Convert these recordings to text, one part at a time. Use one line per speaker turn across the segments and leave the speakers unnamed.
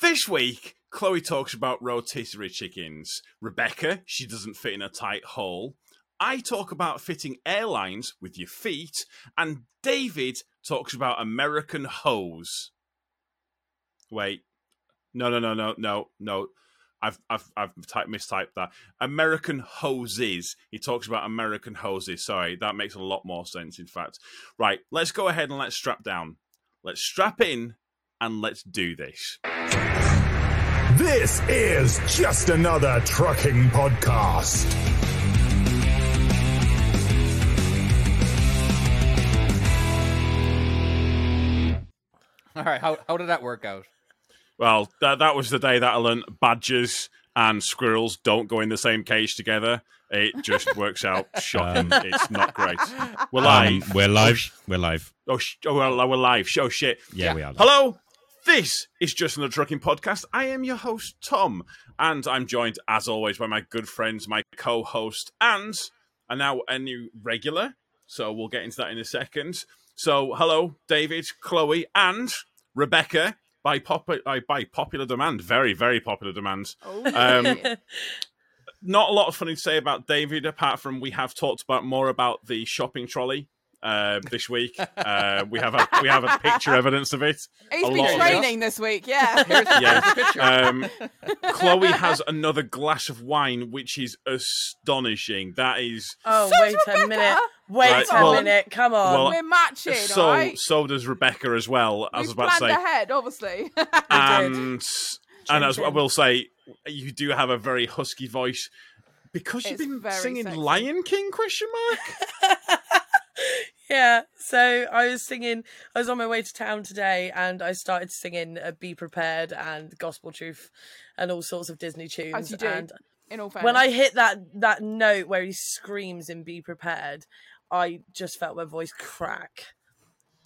This week, Chloe talks about rotisserie chickens. Rebecca, she doesn't fit in a tight hole. I talk about fitting airlines with your feet. And David talks about American hose. Wait. No, no, no, no, no, no. I've I've I've typed mistyped that. American hoses. He talks about American hoses. Sorry, that makes a lot more sense. In fact, right. Let's go ahead and let's strap down. Let's strap in and let's do this.
This is just another trucking podcast.
All right, how, how did that work out?
Well, that that was the day that I learned badgers and squirrels don't go in the same cage together. It just works out shocking. it's not great. We're
Um,
live.
we're live. We're live.
Oh, sh- oh, we're, we're live. Oh shit.
Yeah,
Yeah.
we are. Live.
Hello, this is Just Another Trucking Podcast. I am your host, Tom, and I'm joined, as always, by my good friends, my co host, and are now a new regular. So we'll get into that in a second. So, hello, David, Chloe, and Rebecca. By, popu- by, by popular demand, very, very popular demand.
Oh,
Um,
yeah.
Not a lot of funny to say about David, apart from we have talked about more about the shopping trolley uh, this week. Uh, we have a we have a picture evidence of it.
he's
a
lot
been
of
training this week. Yeah,
Here's,
Yeah.
here's the picture.
Um, Chloe has another glass of wine, which is astonishing. That is
Oh,
So
wait
it's Rebecca.
a minute. Wait
Right,
a
well-
minute. Come on.
well,
we're matching.
so.
all right?
So does Rebecca as well. I was
We've
about to
planned
say,
ahead, obviously.
did.
and and as I
Chin-chin.
will say, you do have a very husky voice because you've
It's
been
very
singing
sexy.
Lion King? Question mark.
yeah. So I was singing, I was on my way to town today and I started singing uh, Be Prepared and Gospel Truth and all sorts of Disney tunes.
you do,
And
in all fairness,
when I hit that, that note where he screams in Be Prepared, I just felt my voice crack.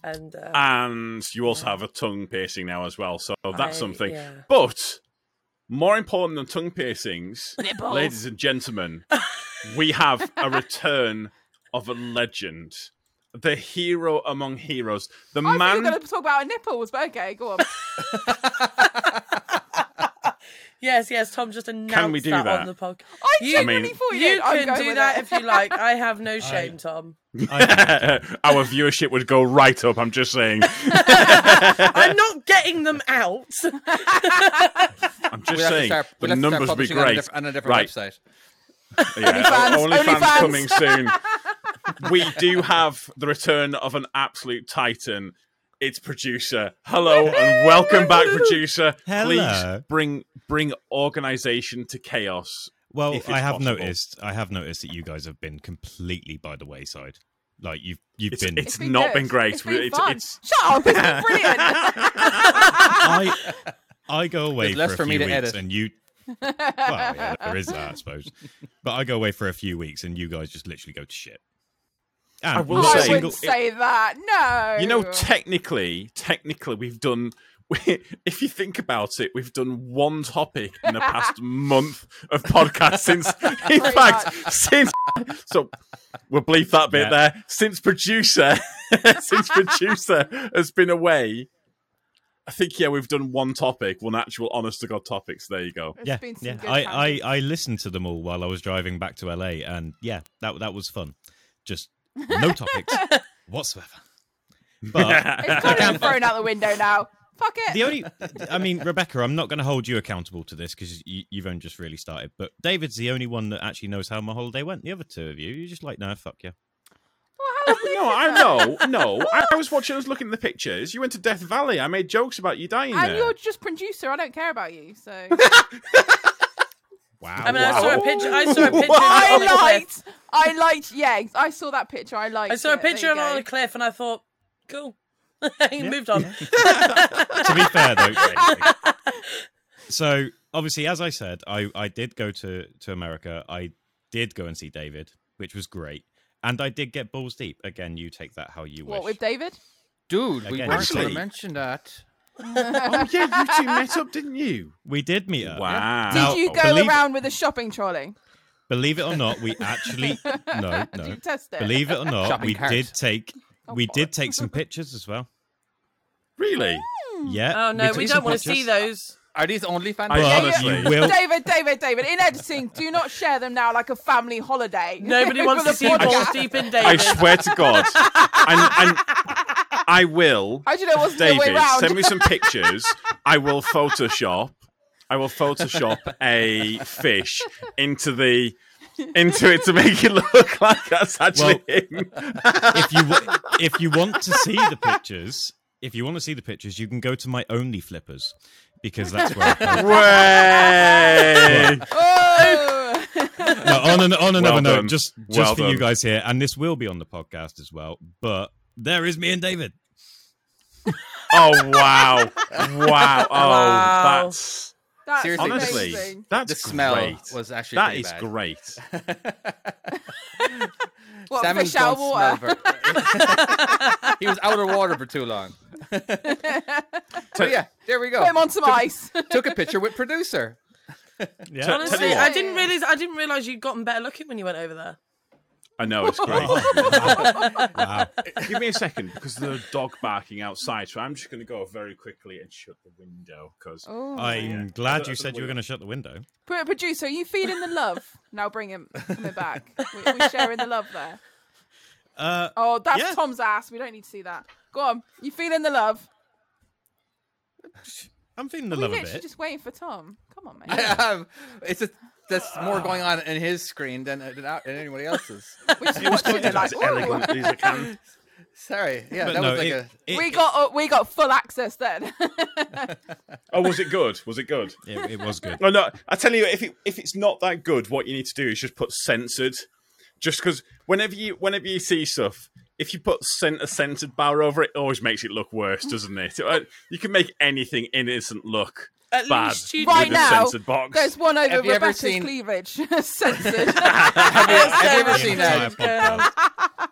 And uh,
Ah. and you also have a tongue piercing now as well. So that's
I-
something.
yeah.
But more important than tongue piercings,
Nipples.
ladies and gentlemen, we have a return of a legend, the hero among heroes, the
Oh,
I thought
man.
you were going to talk about our nipples, but okay, go on.
yes, yes, Tom just announced
we do
that,
that?
on the podcast.
I
You-
genuinely
I mean-
thought you,
You
did. Oh, I'm
can
going
do
with
that
it.
if you like. I have no shame, Tom.
Our viewership would go right up. I'm just saying.
I'm not getting them out.
I'm just
We'll have to
saying.
start-
the
we'll have to start
numbers be
publishing on a
great.
diff- on a different
Right.
website.
Yeah,
OnlyFans,
OnlyFans
OnlyFans.
coming soon. we do have the return of an absolute titan. It's producer. Hello and welcome back, producer.
Hello.
Please bring bring organization to chaos.
Well,
If it's
I have
possible.
noticed. I have noticed that you guys have been completely by the wayside. Like you've you've
It's,
been.
it's not
good.
been great.
It's been
it's,
fun.
it's-
Shut up! It's been brilliant.
I I go away
There's
for
less
a
for
few
me to
weeks,
edit.
and you. Well, yeah, there is that, I suppose. But I go away for a few weeks, and you guys just literally go to shit. And
I will
not a
I
say-
wouldn't say that. No.
you know, technically, technically, we've done. If you think about it, we've done one topic in the past month of podcast since, in
Pretty
fact, since. So we'll bleep that bit
Yeah.
there. Since producer, since producer has been away, I think yeah, we've done one topic, one actual honest to god topic. So there you go.
There's
yeah,
been some
yeah.
good
I,
times.
I, I listened to them all while I was driving back to LA, and yeah, that that was fun. Just no topics whatsoever. But
It's kind of
Damn.
been thrown out the window now. Fuck it.
the only, I mean, Rebecca, I'm not going to hold you accountable to this because you, you've only just really started. But David's the only one that actually knows how my holiday went. The other two of you, you're just like, no, fuck yeah.
Well, how
No, I know, no. I, I was watching. I was looking at the pictures. You went to Death Valley. I made jokes about you dying
and
there.
you're just producer. I don't care about you. So
Wow.
I mean, I saw a picture. I saw a picture. of you
I
on the cliff.
liked. I liked. Yeah, I saw that picture. I liked.
I saw a
it. There
picture
you
of it on
go.
a cliff, and I thought, cool. he moved on.
to be fair though. so obviously, as I said, I, I did go to, to America. I did go and see David, which was great. And I did get balls deep. Again, you take that how you
What
wish.
with David?
Dude, we
Again,
weren't going
actually-
to mention that.
oh yeah, you two met up, didn't you?
we did meet up.
Wow.
Did
Now,
you go
believe-
around with a shopping trolley?
Believe it or not, we actually no
Did
no.
you test it?
Believe it or not,
Shopping
we
cart.
did take
Oh,
we
God.
did take some pictures as well.
Really?
Yeah.
Oh no,
took
we
some
don't want to
pictures.
see those.
Are these OnlyFans?
I-
But
honestly-
you will.
David, David, David, in editing, do not share them now like a family holiday.
Nobody wants
For
to
the
see
podcast.
balls deep in
I
David.
swear to God. And, and I will.
How do you know it wasn't the other way
David,
round?
send me some pictures. I will Photoshop. I will Photoshop a fish into the into it to make it look like that's actually him.
if you wa- if you want to see the pictures, if you want to see the pictures, you can go to my Only Flippers because that's where. I post-
Way!
Oh.
No, on an, on another note,
done.
just just
Well
for
done.
you guys here, and this will be on the podcast as well. But there is me and David.
Oh wow! Wow! Oh,
Wow.
that's
That's
Seriously,
honestly
amazing.
that's
the smell
great.
was actually
That
pretty
is
bad.
great.
What,
Salmon
fish out of
don't
water?
smell
uh.
very- he was out of water for too long. so yeah, there we
Put him
go.
on some ice.
Took a picture with producer.
Yeah.
Tell- tell
Honestly,
you
what.
I didn't realize I didn't realize you'd gotten better looking when you went over there.
I know it's great.
Wow.
Give me a second because there's a dog barking outside, so I'm just going to go very quickly and shut the window because
Oh.
I'm glad you said you were going to shut the window.
Pro- Producer, are you feeding the love? Now bring him, come here back. We- We're sharing the love there.
Uh,
Oh, that's
Yeah.
Tom's ass. We don't need to see that. Go on. You feeling the love?
I'm feeling
Oh,
the
We're
love a
literally
bit.
just waiting for Tom. Come on, mate.
Um, it's a, there's more going on in his screen than than, out- than anybody else's.
We're just watching it like,
as
"Ooh."
elegantly as I can.
Sorry, yeah,
But
that
no,
was like
it-
a.
it-
We
it-
got uh, we got full access then.
Oh, was it good? Was it good?
it, it was good.
No, no. I tell you, if it, if it's not that good, what you need to do is just put censored. Just because whenever you whenever you see stuff, if you put cent- a censored bar over it, it always makes it look worse, doesn't it? Uh, You can make anything innocent look
At
bad
least you
Right
with
now,
a censored box.
There's one over
Have you ever
Rebecca's
seen-
cleavage censored.
Have you, have you ever
Yeah.
seen
The
uh,
entire podcast.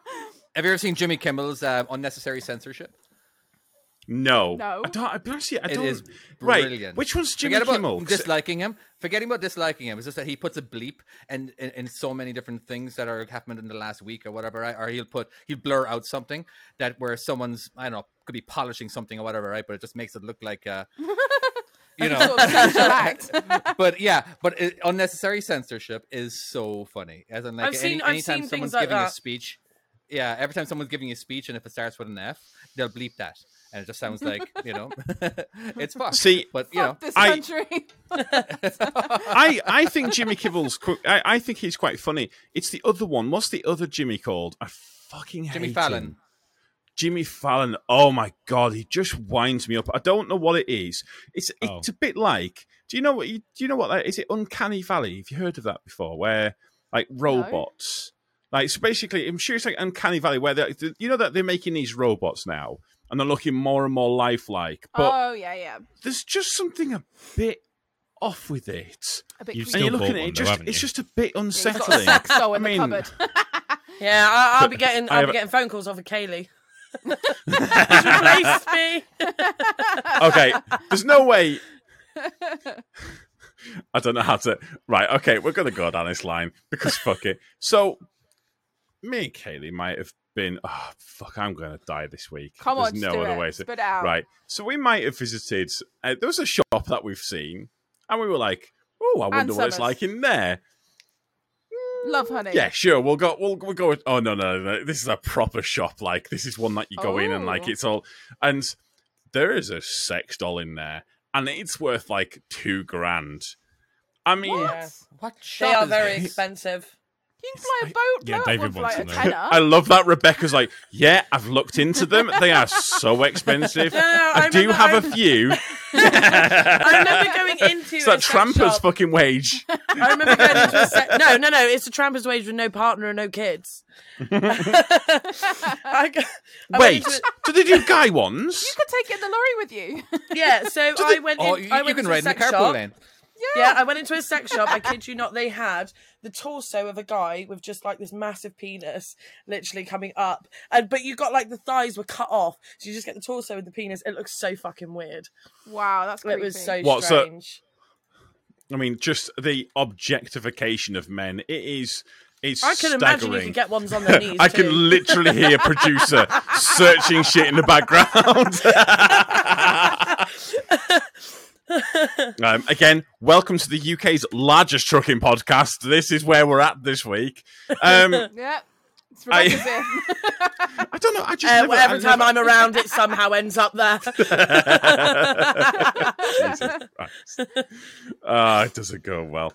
Have you ever seen Jimmy Kimmel's uh, unnecessary censorship?
No,
No.
I don't. I don't see. I
It
don't.
is
right.
brilliant.
Which one's Jimmy
Forget about
Kimmel? 'Cause it-
disliking him. Forgetting about disliking him. It's just that he puts a bleep and in, in so many different things that are happened in the last week or whatever. Right? Or he'll put he'll blur out something that where someone's I don't know could be polishing something or whatever. Right, but it just makes it look like uh, you know.
Sort of sexual act.
but yeah, but it, unnecessary censorship is so funny. As in, like,
I've seen-
any,
I've
anytime
seen
someone's
things like
giving a
that. uh,
speech, yeah, every time someone's giving a speech, and if it starts with an F, they'll bleep that, and it just sounds like you know, it's fucked.
See,
but you know,
This
I-
country.
I, I think Jimmy Kimmel's. Qu- I, I think he's quite funny. It's the other one. What's the other Jimmy called? I fucking hate
Jimmy
him.
Fallon.
Jimmy Fallon. Oh my god, he just winds me up. I don't know what it is. It's
Oh.
it's a bit like. Do you know what? You, do you know what? That, is it Uncanny Valley? Have you heard of that before? Where like robots. Like so basically, I'm sure it's like Uncanny Valley, where they you know that they're making these robots now, and they're looking more and more lifelike. But
Uh.
oh yeah, yeah.
there's just something a bit off with it.
A bit
You've
And
creepy.
Still
you're looking
bought
at
one
it,
though,
just
haven't
it's
you?
just a bit
He's got
unsettling.
a sex doll in
I mean-
the cupboard.
Yeah, I, I'll
But
be getting
I
I'll
have-
be getting phone calls off of Kaylee. He's replaced me.
okay, there's no way. I don't know how to. Right, okay, we're going to go down this line because fuck it. So, me and Kaylee might have been. Oh, fuck, I'm going to die this week.
Come
there's
on,
no
just do
other
it.
way to.
Spit it out.
Right, so we might have visited. Uh, there was a shop that we've seen, and we were like, oh, I wonder
And
what it's
Summers.
like in there.
Love honey.
Yeah, sure. We'll go. We'll, we'll go. With, oh no, no, no! This is a proper shop. Like this is one that you go in and like
Oh.
it's all. And there is a sex doll in there, and it's worth like two grand. I mean,
Yeah.
What
They
shop
are
is
very
this?
expensive.
You can fly a boat.
Yeah,
blow up
David
one for, like,
wants to
a
know.
tenner.
I love that Rebecca's like, yeah, I've looked into them. They are so expensive.
No, no,
I,
I
do
remember-
have
I-
a few.
I remember going into
It's
a
that
sex
tramper's
shop.
fucking wage.
I remember going into a se- no, no, no. It's a tramper's wage with no partner and no kids. I, go- I went
Wait,
into a-
do they do guy ones?
You could take it in the lorry with you.
yeah. So I went. In,
Oh, you,
I
you
went
can
into a
ride in the
sex
carpool
shop.
lane.
Yeah, I went into a sex shop. I kid you not, they had the torso of a guy with just like this massive penis, literally coming up, and but you got like the thighs were cut off, so you just get the torso and the penis. It looks so fucking weird.
Wow, that's creepy.
It was so
What's that?
strange.
I mean, just the objectification of men. It is. It's
I can imagine you
staggering.
could get ones on their knees.
I
too.
can literally hear producer searching shit in the background. Um, again, welcome to the UK's largest trucking podcast. This is where we're at this week. Um,
Yeah. It's
I-
Rebecca's in.
I don't know. I just
Uh,
never,
well, every
I
time
never-
I'm around, it somehow ends up there.
Jesus Christ. Ah, it doesn't go well.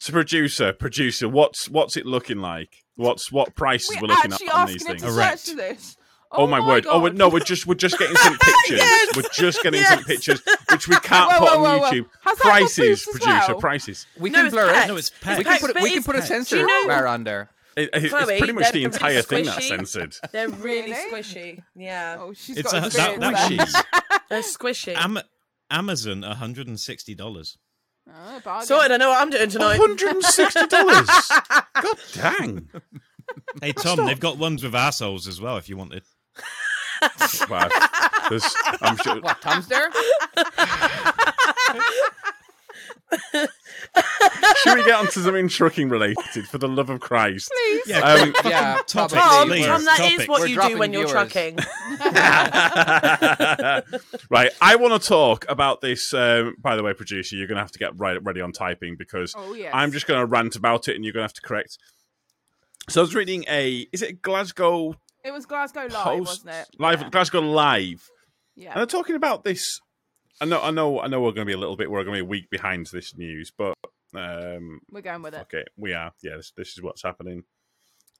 To producer, producer, what's what's it looking like? What's what prices
We're
we're looking
actually
at on these
asking her
things?
to
Correct.
search this.
Oh, my, word! Oh
God.
no, we're just we're just getting some pictures. We're just getting some
Yes.
pictures, which we can't
Whoa,
put
whoa,
on
whoa, whoa.
YouTube.
Has that got
Prices,
boobs as
producer,
well?
prices.
We
No,
can
it's
blur
pets.
it.
No, it's
We
pets.
can put,
But
a, we can
it's
put a
pets.
censor
Do you know-
bar on there.
It- it-
Chloe,
it's pretty much
they're
the
really
entire thing that's
squishy.
censored.
They're really
Really?
squishy. Yeah.
Oh, she's
It's a,
got
that,
experience
that
there.
she-
she's
They're squishy.
Am- Amazon hundred and sixty dollars.
Oh, bargain.
so I don't know what I'm doing tonight.
hundred and sixty dollars. God dang!
Hey Tom, they've got ones with assholes as well. If you wanted,
Wow. There's- I'm sure-
What, Tom's there?
Should we get onto something trucking related? For the love of Christ!
yeah,
Um,
fucking
Yeah,
topic,
probably.
Tom,
please.
Tom, that is
Topic.
what
We're
you do
dropping
when you're
viewers.
trucking.
right, I want to talk about this. Um, by the way, producer, you're going to have to get right ready on typing because
Oh, yes.
I'm just going to rant about it, and you're going to have to correct. So I was reading a is it Glasgow
It was Glasgow Live,
Post
wasn't it?
Live
Yeah.
Glasgow Live, and
Yeah.
they're talking about this. I know, I know, I know. We're going to be a little bit. We're going to be a week behind this news, but um,
We're going with it.
Okay, we are. Yeah, this, this is what's happening.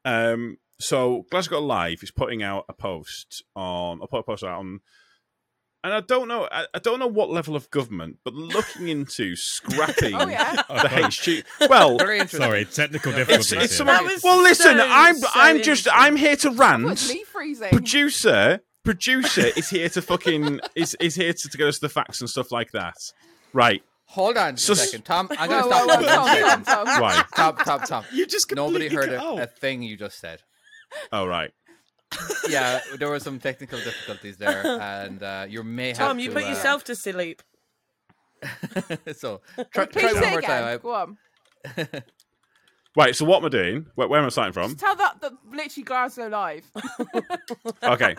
Um, so Glasgow Live is putting out a post on. I put a post out on, and I don't know. I, I don't know what level of government, but looking into scrapping
Oh, yeah.
the HG. Well,
Very interesting.
Sorry, technical
It's-
it's,
difficulties.
That
it's
here.
someone.
was
Well, listen,
so,
I'm
so
I'm just I'm here to
Oh, it's
rant.
me freezing.
Producer, producer is here to fucking is is here to, to get us the facts and stuff like that. Right,
Hold on
So-
a second, Tom. I'm
Whoa,
going to
whoa,
stop you.
whoa,
for one
Tom, Tom,
second.
Tom.
right.
Tom, Tom, Tom.
You just
Nobody heard
completely cut
a, a
out.
thing you just said.
All right.
Yeah, there were some technical difficulties there, and uh, you may have
Tom,
to,
you put
uh,
yourself to sleep.
so try, try
Please say
one more time.
again. Go on.
Right, so what am I doing? Where, where am I starting from?
Just tell that the literally Glasgow Live.
Okay.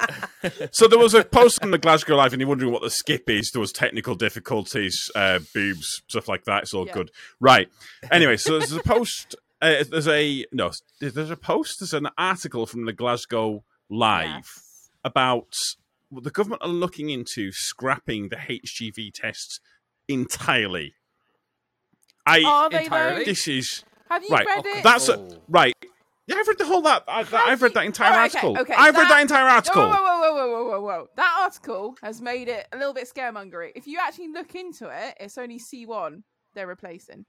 So there was a post on the Glasgow Live, and you're wondering what the skip is. There was technical difficulties, uh, boobs, stuff like that. It's all
Yeah.
good, right? Anyway, so there's a post. Uh, there's a no. There's a post. There's an article from the Glasgow Live
Yes.
about well, the government are looking into scrapping the HGV tests entirely. I
Are they
Entirely?
though?
this is
Have Oh, you
Right,
read
okay.
it?
that's a,
Oh.
right. Yeah, I've read the whole that. I,
Have
I've read
you-
that entire
Oh, okay,
article.
okay,
I've read
that-
that entire article.
Whoa, whoa, whoa, whoa, whoa, whoa, whoa! That article has made it a little bit scaremongery. If you actually look into it, it's only C one they're replacing.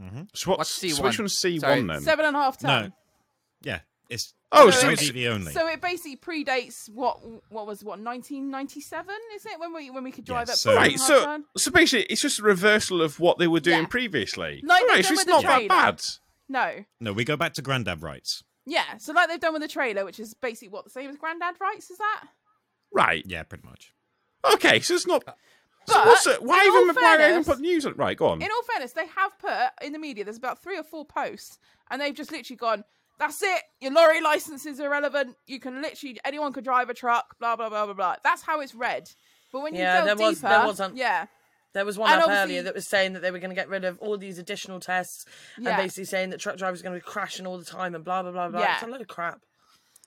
So what's,
What's
C1?
C1?
So which one's C1
Sorry.
then?
Seven and a half
No.
ton.
Yeah. It's
Oh,
so
so
it's-
TV only.
So it basically predates what what was what 1997 is it when we when we could drive
Yeah,
up
so-
to
Right,
Half
so
Ton?
so basically, it's just a reversal of what they were doing
Yeah.
previously.
Like they've
right,
done
so it's
with the
not that
trailer.
bad.
no
no, we go back to granddad rights.
yeah so like they've done with the trailer which is basically what the same as Grandad rights is that
Right,
Yeah, pretty much.
okay, so it's not. So
But,
what's it? Why
in all
even? Why even
fairness-
put news on? Right, go on.
in all fairness they have put in the media there's about three or four posts and they've just literally gone that's it your lorry license is irrelevant you can literally anyone could drive a truck blah blah blah blah blah that's how it's read but when
Yeah,
you go
there
deeper
was- there wasn't-
yeah
There was one
And
up
obviously-
earlier that was saying that they were going to get rid of all these additional tests
Yeah.
and basically saying that truck drivers are going to be crashing all the time and blah, blah, blah, blah.
Yeah.
It's a load of crap.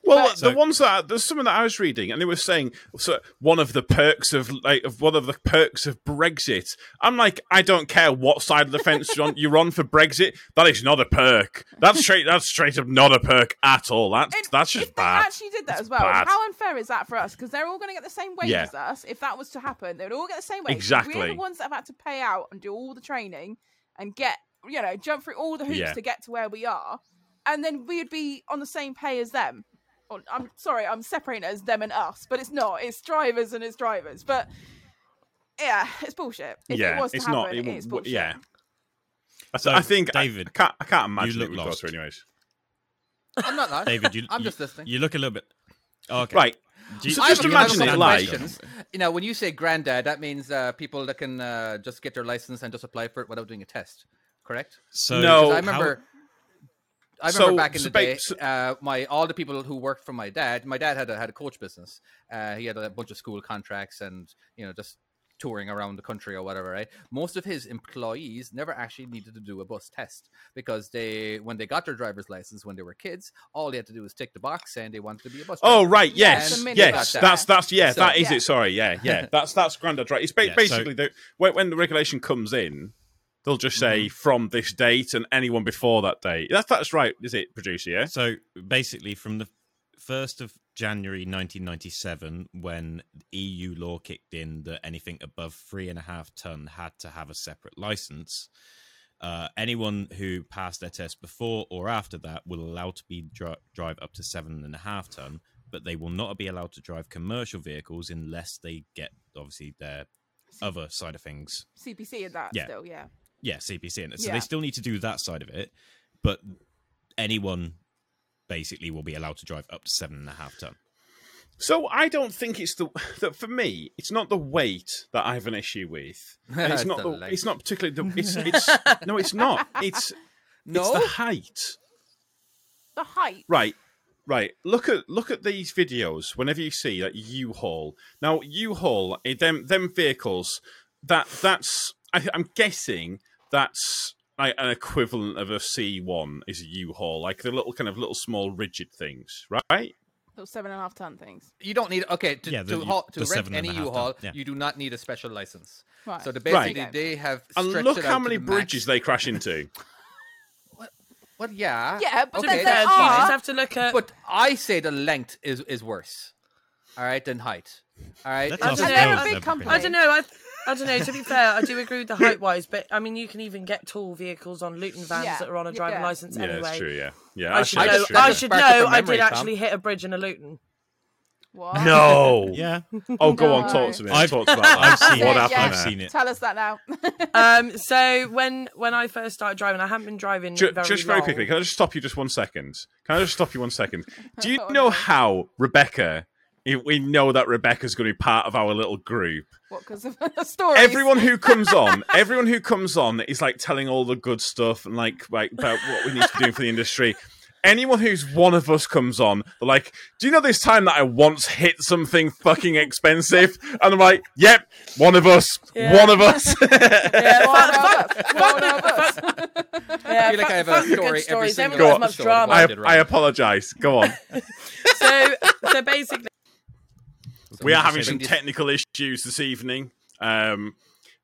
Well,
So-
the ones that there's some that I was reading, and they were saying so one of the perks of like of one of the perks of Brexit. I'm like, I don't care what side of the fence you're on, you're on for Brexit. That is not a perk. That's straight. That's straight up not a perk at all. That's
And
that's just
if
bad.
They actually did that
That's
as well.
bad.
How unfair is that for us? Because they're all going to get the same wage
Yeah.
as us. If that was to happen, they would all get the same wage. We're
Exactly.
the ones that have had to pay out and do all the training and get, you know, jump through all the hoops
Yeah.
to get to where we are. And then we'd be on the same pay as them. Or, I'm sorry, I'm separating it as them and us, but it's not. It's drivers and it's drivers. But yeah, it's bullshit. If
yeah,
it was to
it's
happen,
not. It,
it's
w- w-
bullshit.
yeah. I,
So,
I think I-
Oh, David,
I, can't. I can't imagine
look
it would
lost.
go through anyways.
I'm not lost.
David, you,
I'm
you-
just listening.
You look a little bit. Oh, okay.
Right.
Do you-
So
I
just
have a
imagine
couple
it
of
like.
questions. You know, when you say granddad, that means uh, people that can uh, just get their license and just apply for it without doing a test, correct?
No.
So
Because
Oh,
I remember. I
So,
remember back in
so
the
ba-
day,
so-
uh, my all the people who worked for my dad. My dad had a, had a coach business. Uh, he had a bunch of school contracts, and you know, just touring around the country or whatever, right? Most of his employees never actually needed to do a bus test because they, when they got their driver's license when they were kids, all they had to do was tick the box saying they wanted to be a bus.
Oh
driver.
right,
Yeah,
yes,
the minibus
yes.
there.
That's that's yeah,
So-
that is
Yeah.
it. Sorry, yeah, yeah. That's that's granddad right. It's ba-
Yeah, so-
basically the, when, when the regulation comes in, they'll just say
Mm-hmm.
from this date and anyone before that date. That's that's right, is it, producer? Yeah,
So basically, from the first of January 1997, when EU law kicked in that anything above three and a half ton had to have a separate license, uh, anyone who passed their test before or after that will allow to be dri- drive up to seven and a half ton, but they will not be allowed to drive commercial vehicles unless they get obviously their other side of things
CPC and that
Yeah.
still, yeah.
yeah, CPC in it. So
Yeah.
they still need to do that side of it, but anyone basically will be allowed to drive up to seven and a half ton.
So I don't think it's the that for me. It's not the weight that I have an issue with. And it's
It's
not
the
the.
length.
It's not particularly the. It's, it's no. It's not. It's it's
no,
the height.
The height.
Right, right. Look at look at these videos. Whenever you see that U-Haul, now U-Haul, eh, them them vehicles. That that's. I, I'm guessing that's like an equivalent of a C1 is a U-Haul, like the little kind of little small rigid things, right?
Those seven and a half ton things.
you don't need okay to
Yeah, the-
to, haul, to
the
rent
seven and
any
a half
U-Haul.
ton, yeah.
You do not need a special license.
Right.
So the
Right.
basically they have
And
stretched
look
it
how
out to
many
the
bridges
max.
they crash into.
Well, yeah,
Yeah, but
okay,
then
Fair,
there
that's
you
fine.
are-
just have to look at.
But I say the length is is worse. All right, than height. All right,
That's
It's
us
just-
know.
build
They're a
big
everything.
company.
I don't know. I, I don't know. To be fair, I do agree with the height wise, but I mean, you can even get tall vehicles on Luton vans
Yeah.
that are on a driving
Yeah.
license
Yeah,
anyway.
that's true. Yeah, yeah.
I
that's
should
true,
I
know.
that's
just-
true.
I
just
should
sparked
know.
up a
I did
memory, Tom.
actually hit a bridge in a Luton.
What?
No.
Yeah,
Oh, go on.
No.
Talk to me.
I've-
talk about that.
I've seen
it,
what
yeah.
happened.
I've
there?
seen it.
Tell us that now.
Um, so when when I first started driving, I haven't been driving
Ju-
very
just very
long.
quickly, can I just stop you just one second? Can I just stop you one second? Do you
Oh,
know
no.
how Rebecca? if We know that Rebecca's going to be part of our little group.
What? Because of the story.
Everyone who comes on, everyone who comes on is like telling all the good stuff and like, like about what we need to do for the industry. Anyone who's one of us comes on, they're like, "Do you know this time that I once hit something fucking expensive?" And I'm like, "Yep, one of us,
Yeah.
one of us."
One of us. One of us.
Yeah,
I feel like
fuck-
I have
fuck
a
the good
story every
stories. They haven't
single
got as
episode
about
much drama.
I,
did right.
I apologize. Go on.
so so basically
we are
Just
having
say
some
that-
technical issues this evening. Um,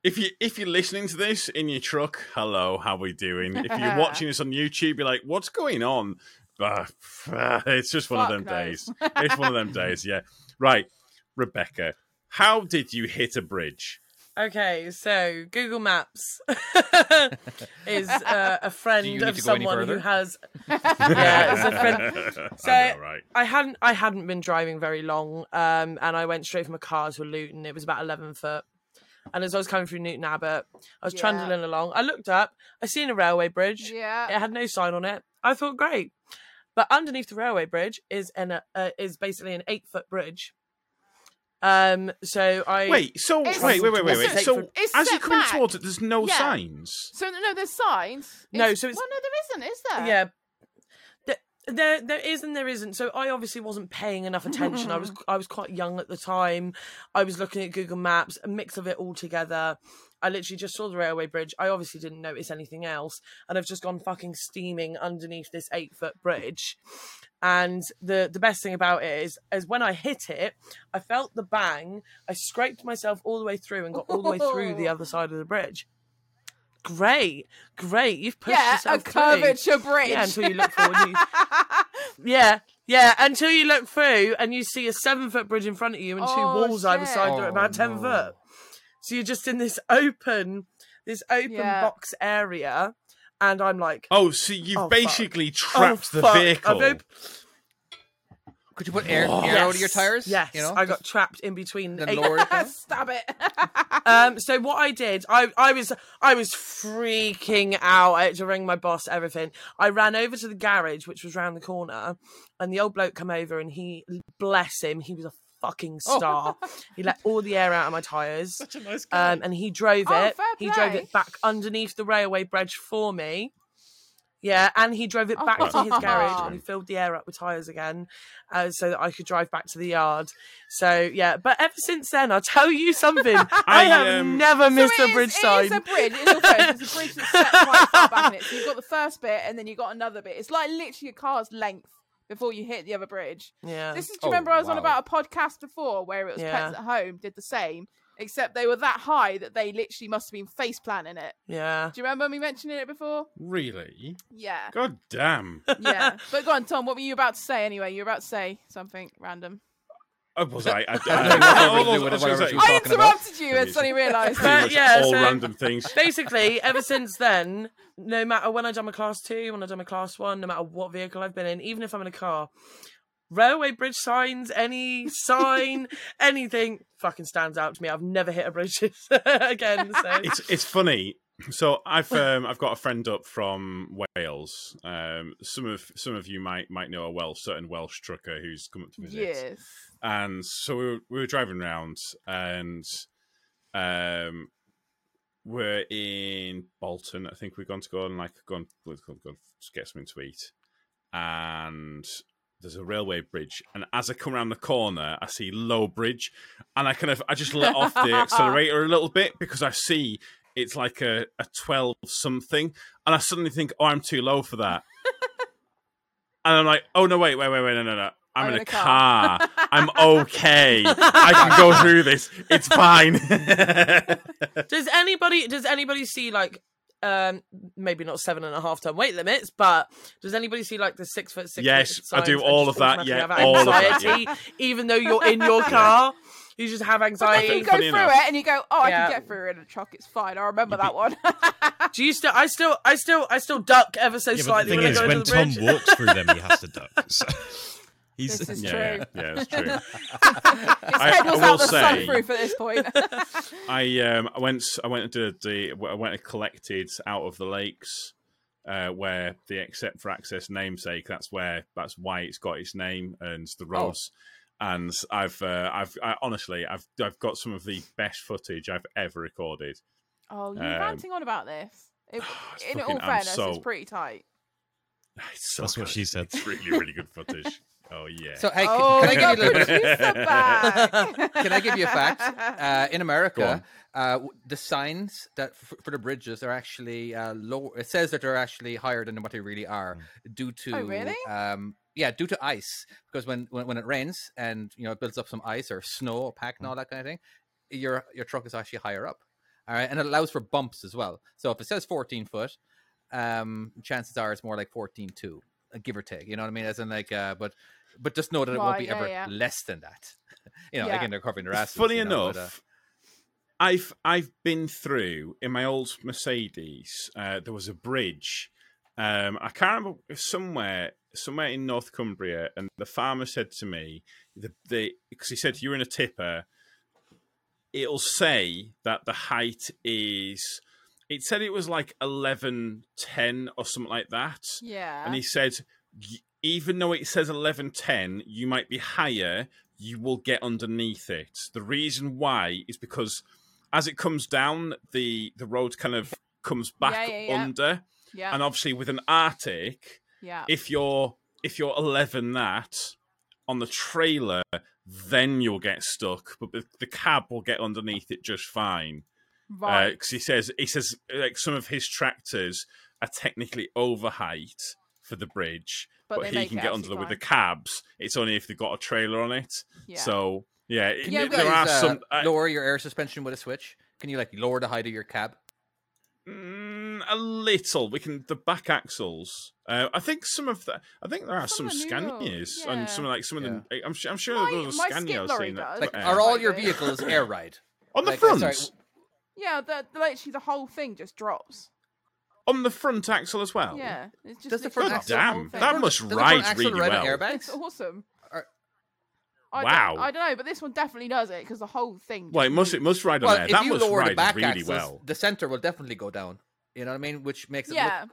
if you if you're listening to this in your truck, hello, how we doing? If you're watching this on YouTube, you're like, what's going on? Bah, it's just one of them
Fuck knows.
days. It's one of them days. Yeah. Right, Rebecca, how did you hit a bridge?
okay so google maps is uh, a friend
need
of
to go any
someone who
further?
has yeah it's a friend so
I know, right.
I hadn't I hadn't been driving very long, um, and I went straight from a car to a Luton. It was about eleven foot, and as I was coming through Newton Abbott, I was
Yeah.
trundling along. I looked up, I seen a railway bridge.
Yeah.
It had no sign on it. I thought great, but underneath the railway bridge is an uh, uh, is basically an eight foot bridge. Um, so I
Wait, so
It's-
wait, wait, wait, wait, wait.
it's-
So
it's
as you're
set
coming
back.
towards it, there's no
Yeah.
signs.
So no, there's signs.
No, so it's-
well, no, there isn't, is there?
yeah. Th- There, there is and there isn't. So I obviously wasn't paying enough attention. I was,
Mm-hmm.
I was quite young at the time. I was looking at Google Maps, a mix of it all together. I literally just saw the railway bridge. I obviously didn't notice anything else, and I've just gone fucking steaming underneath this eight foot bridge. And the the best thing about it is, is when I hit it, I felt the bang. I scraped myself all the way through and got all the way through the other side of the bridge. Great, great! You've pushed
Yeah,
yourself
a
through.
curvature bridge.
Yeah, until you look forward. and you- yeah, yeah, until you look through and you see a seven foot bridge in front of you and two
Oh,
walls either
shit.
side that are about
Oh,
ten
no.
foot. So you're just in this open, this open
Yeah.
box area, and I'm like,
Oh, so you've
Oh, fuck.
basically
oh,
trapped the
fuck, I've
vehicle.
op-
Could you put air, air out of your
Yes,
tires?
Yes,
you know,
I got trapped in between.
then
eight-
lower it down.
Stab it.
Um, so what I did, I, I was I was freaking out. I had to ring my boss, everything. I ran over to the garage, which was round the corner, and the old bloke come over and he bless him, he was a fucking star. he let all the air out of my tires. Such a nice guy. Um, and he drove
Oh,
it.
fair
He drove
play.
it back underneath the railway bridge for me. Yeah, and he drove it back to his
Oh.
garage and he filled the air up with tires again, uh, so that I could drive back to the yard. So yeah, but ever since then, I'll tell you something. I,
I,
have
um,
never
So it
missed a
is-
bridge
It is
sign.
a bridge. It's, also, it's a bridge that's set quite far back in it. So you've got the first bit, and then you got another bit. It's like literally a car's length before you hit the other bridge.
yeah,
This is. Do you
Oh,
remember I was on
wow.
about a podcast before where it was
Yeah.
pets at home did the same, except they were that high that they literally must have been face planting it.
yeah.
Do you remember me mentioning it before?
Really?
Yeah,
God damn.
yeah. but go on, Tom. What were you about to say anyway? You were about to say something random.
Oh, was I? I, I,
nothing to do
all
with
I was
whatever
gonna say-
she was
I
talking about?
interrupted you and
Amazing.
suddenly realised.
pretty
But
much
yeah,
all
so-
random things.
Basically, ever since then, no matter when I've done my class two, when I've done my class one, no matter what vehicle I've been in, even if I'm in a car, railway bridge signs, any sign, anything fucking stands out to me. I've never hit a bridge again. So
it's it's funny. So I've um, I've got a friend up from Wales. Um, some of some of you might might know a Welsh certain Welsh trucker who's come up to visit.
Yes.
and so we were, we were driving around and um we're in Bolton. I think we're going to go and like go and, go and, go and get something to eat. And there's a railway bridge. And as I come around the corner, I see low bridge. And I kind of I just let off the accelerator a little bit because I see it's like a, a 12 something. And I suddenly think, oh, I'm too low for that. and I'm like, oh, no, wait, wait, wait, wait, no, no, no. I'm, in, a car. I'm okay. I can go through this. It's fine.
Does anybody does anybody see like um maybe not seven and a half ton weight limits, but does anybody see like the six foot six?
Yes,
meter
I do
signs
all of
and just
that,
automatically
yeah,
have
all of that, yeah.
anxiety, even though you're in your car, you just have
But
I
then you
think
anxiety.
go through
funny enough-
it and you go, "Oh, I
Yeah.
can get through it in a truck. It's fine. I remember that one."
Do you still? I still, I still, I still duck ever so
Yeah, but the
slightly
thing
when
is,
I go
when
to the
Tom
bridge.
walks through them, he has to duck. So he's
This is-
yeah, yeah,
true.
yeah, it's true.
His
I-
head
I
was
will
out the
say-
sunroof at this point.
I um I went I went to the I went and collected out of the lakes, uh, where the except for access namesake. That's where that's why it's got its name and
Oh.
the roads. And I've uh, I've I, honestly I've I've got some of the best footage I've ever recorded.
oh, you're
Um,
ranting on about this. It,
It's
in
fucking-
all
I'm
fairness,
so-
it's pretty tight.
It's so
That's what
good.
she said.
It's really really good footage. Oh yeah.
So hey, c-
oh,
can I
they
give you a
got
little bit?
the producer back.
Can I give you a fact? Uh, in America,
on.
uh, w- the signs that f- for the bridges are actually uh, lower. It says that they're actually higher than what they really are due to.
Oh, really?
Um, yeah, due to ice, because when, when when it rains and you know it builds up some ice or snow or pack and all that kind of thing, your your truck is actually higher up. All right, and it allows for bumps as well. So if it says 14 foot, um, chances are it's more like 14.2, uh, give or take. You know what I mean? As in like, uh, but but just know that it won't
Right,
be
yeah,
ever
yeah.
less than that. You know,
Yeah.
again, they're covering their asses.
Funny
you know,
enough,
but, uh,
I've I've been through in my old Mercedes. Uh, there was a bridge. Um, I can't remember somewhere somewhere in North Cumbria, and the farmer said to me, the because he said you're in a tipper, it'll say that the height is. It said it was like eleven ten or something like that
yeah.
and he said, "Y- even though it says eleven ten, you might be higher. You will get underneath it. The reason why is because as it comes down, the the road kind of comes back
yeah, yeah.
under,
yeah.
and obviously with an Arctic,
yeah.
if you're if you're eleven that on the trailer, then you'll get stuck, but the, the cab will get underneath it just fine because
right.
he says he says like some of his tractors are technically over height for the bridge,
But
but,
they
he
make
can
it
get under them with
absolutely
the cabs. It's only if they've got a trailer on it.
yeah.
So yeah, it-
Can you
Yeah,
there are
guys, uh,
some. I-
lower your air suspension with a switch? Can you like lower the height of your cab?
Mm, a little. We can the back axles. Uh, I think some of the. I think there are
Some
some,
are newer,
Scanias and some
yeah.
like some of them. I'm su- I'm sure
My-
there was a
my
Scania
skip
I was
lorry
seeing that-
does.
Like,
Yeah.
are all your
Right.
vehicles air ride?
on the
like, uh,
front.
sorry,
yeah, the, the- literally the whole thing just drops.
on the front axle as well.
Yeah, it's just
Does the
literally
God
front
the whole
damn,
thing.
that must
Does the front
ride
axle
really
ride
well.
on
It's
airbags?
awesome.
Are-
I don't-
Wow.
I don't know, but this one definitely does it because the whole thing.
Well, it
just
must it
moves.
must ride on
Well,
there.
if
That
you
must
lower the
ride
back
really
axles,
well.
the center will definitely go down. You know what I mean? Which makes it look
Yeah.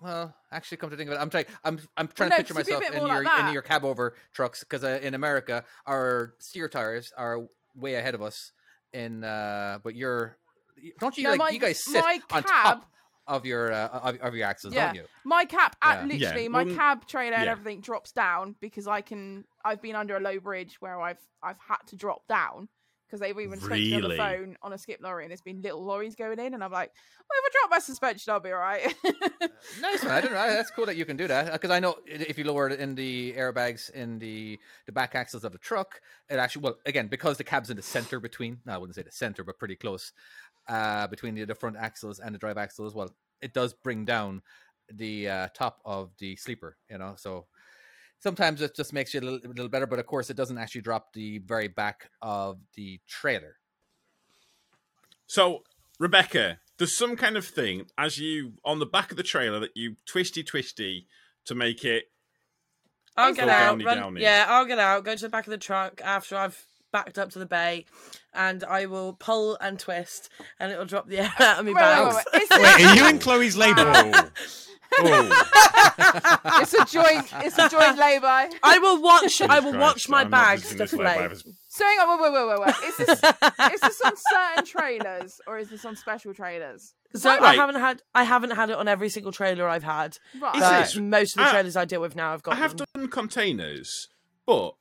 Well, actually, come to think of it, I'm trying. I'm I'm trying
no,
to picture
'cause it'd
myself
be a bit
in
more
your
like that.
in your cab over trucks because uh, in America our steer tires are way ahead of us. In uh, but you're don't you
No,
like
my-
you guys sit
my
on
cab-
top of your uh, of, of your axles,
Yeah.
don't you?
My cap, at
Yeah.
literally,
Yeah,
my
well,
cab trailer and
yeah.
everything drops down because I can. I've been under a low bridge where I've I've had to drop down because they've even spoken on the
Really?
phone on a skip lorry and there's been little lorries going in and I'm like, well, if I drop my suspension, I'll be all right.
Nice one. I don't know. That's cool that you can do that because I know i- if you lower it in the airbags in the the back axles of the truck, it actually well again because the cab's in the center between. No, I wouldn't say the center, but pretty close uh, between the, the front axles and the drive axle as well. It does bring down the uh, top of the sleeper, you know. So sometimes it just makes you a little, a little better, but of course it doesn't actually drop the very back of the trailer.
So, Rebecca, there's some kind of thing as you on the back of the trailer that you twisty twisty to make it.
I'll
Is
get
that-
out.
Downy,
run-
downy.
Yeah, I'll get out. Go to the back of the truck after I've backed up to the bay, and I will pull and twist, and it'll drop the air out of me
Wait, wait,
bags.
wait, wait. Is it-
Are you in Chloe's labour?
Oh, oh.
it's a joint. It's a joint lay-by.
I will watch. I will
Christ,
watch my
I'm not
bags
visiting this
deflate.
lab. I've-
So hang on. Wait, wait, wait, wait, wait. Is this is this on certain trailers or is this on special trailers?
So I
Right.
haven't had. I haven't had it on every single trailer I've had.
Right.
Is it-
But most of the
I-
trailers I deal with now, I've got.
I have
them.
done containers, but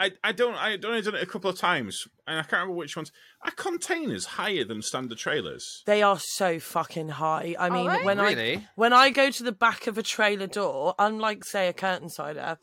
I I don't I don't I've done it a couple of times, and I can't remember which ones. Are containers higher than standard trailers?
They are so fucking high. I mean,
they?
when I
Really?
when I go to the back of a trailer door, unlike say a curtain cider,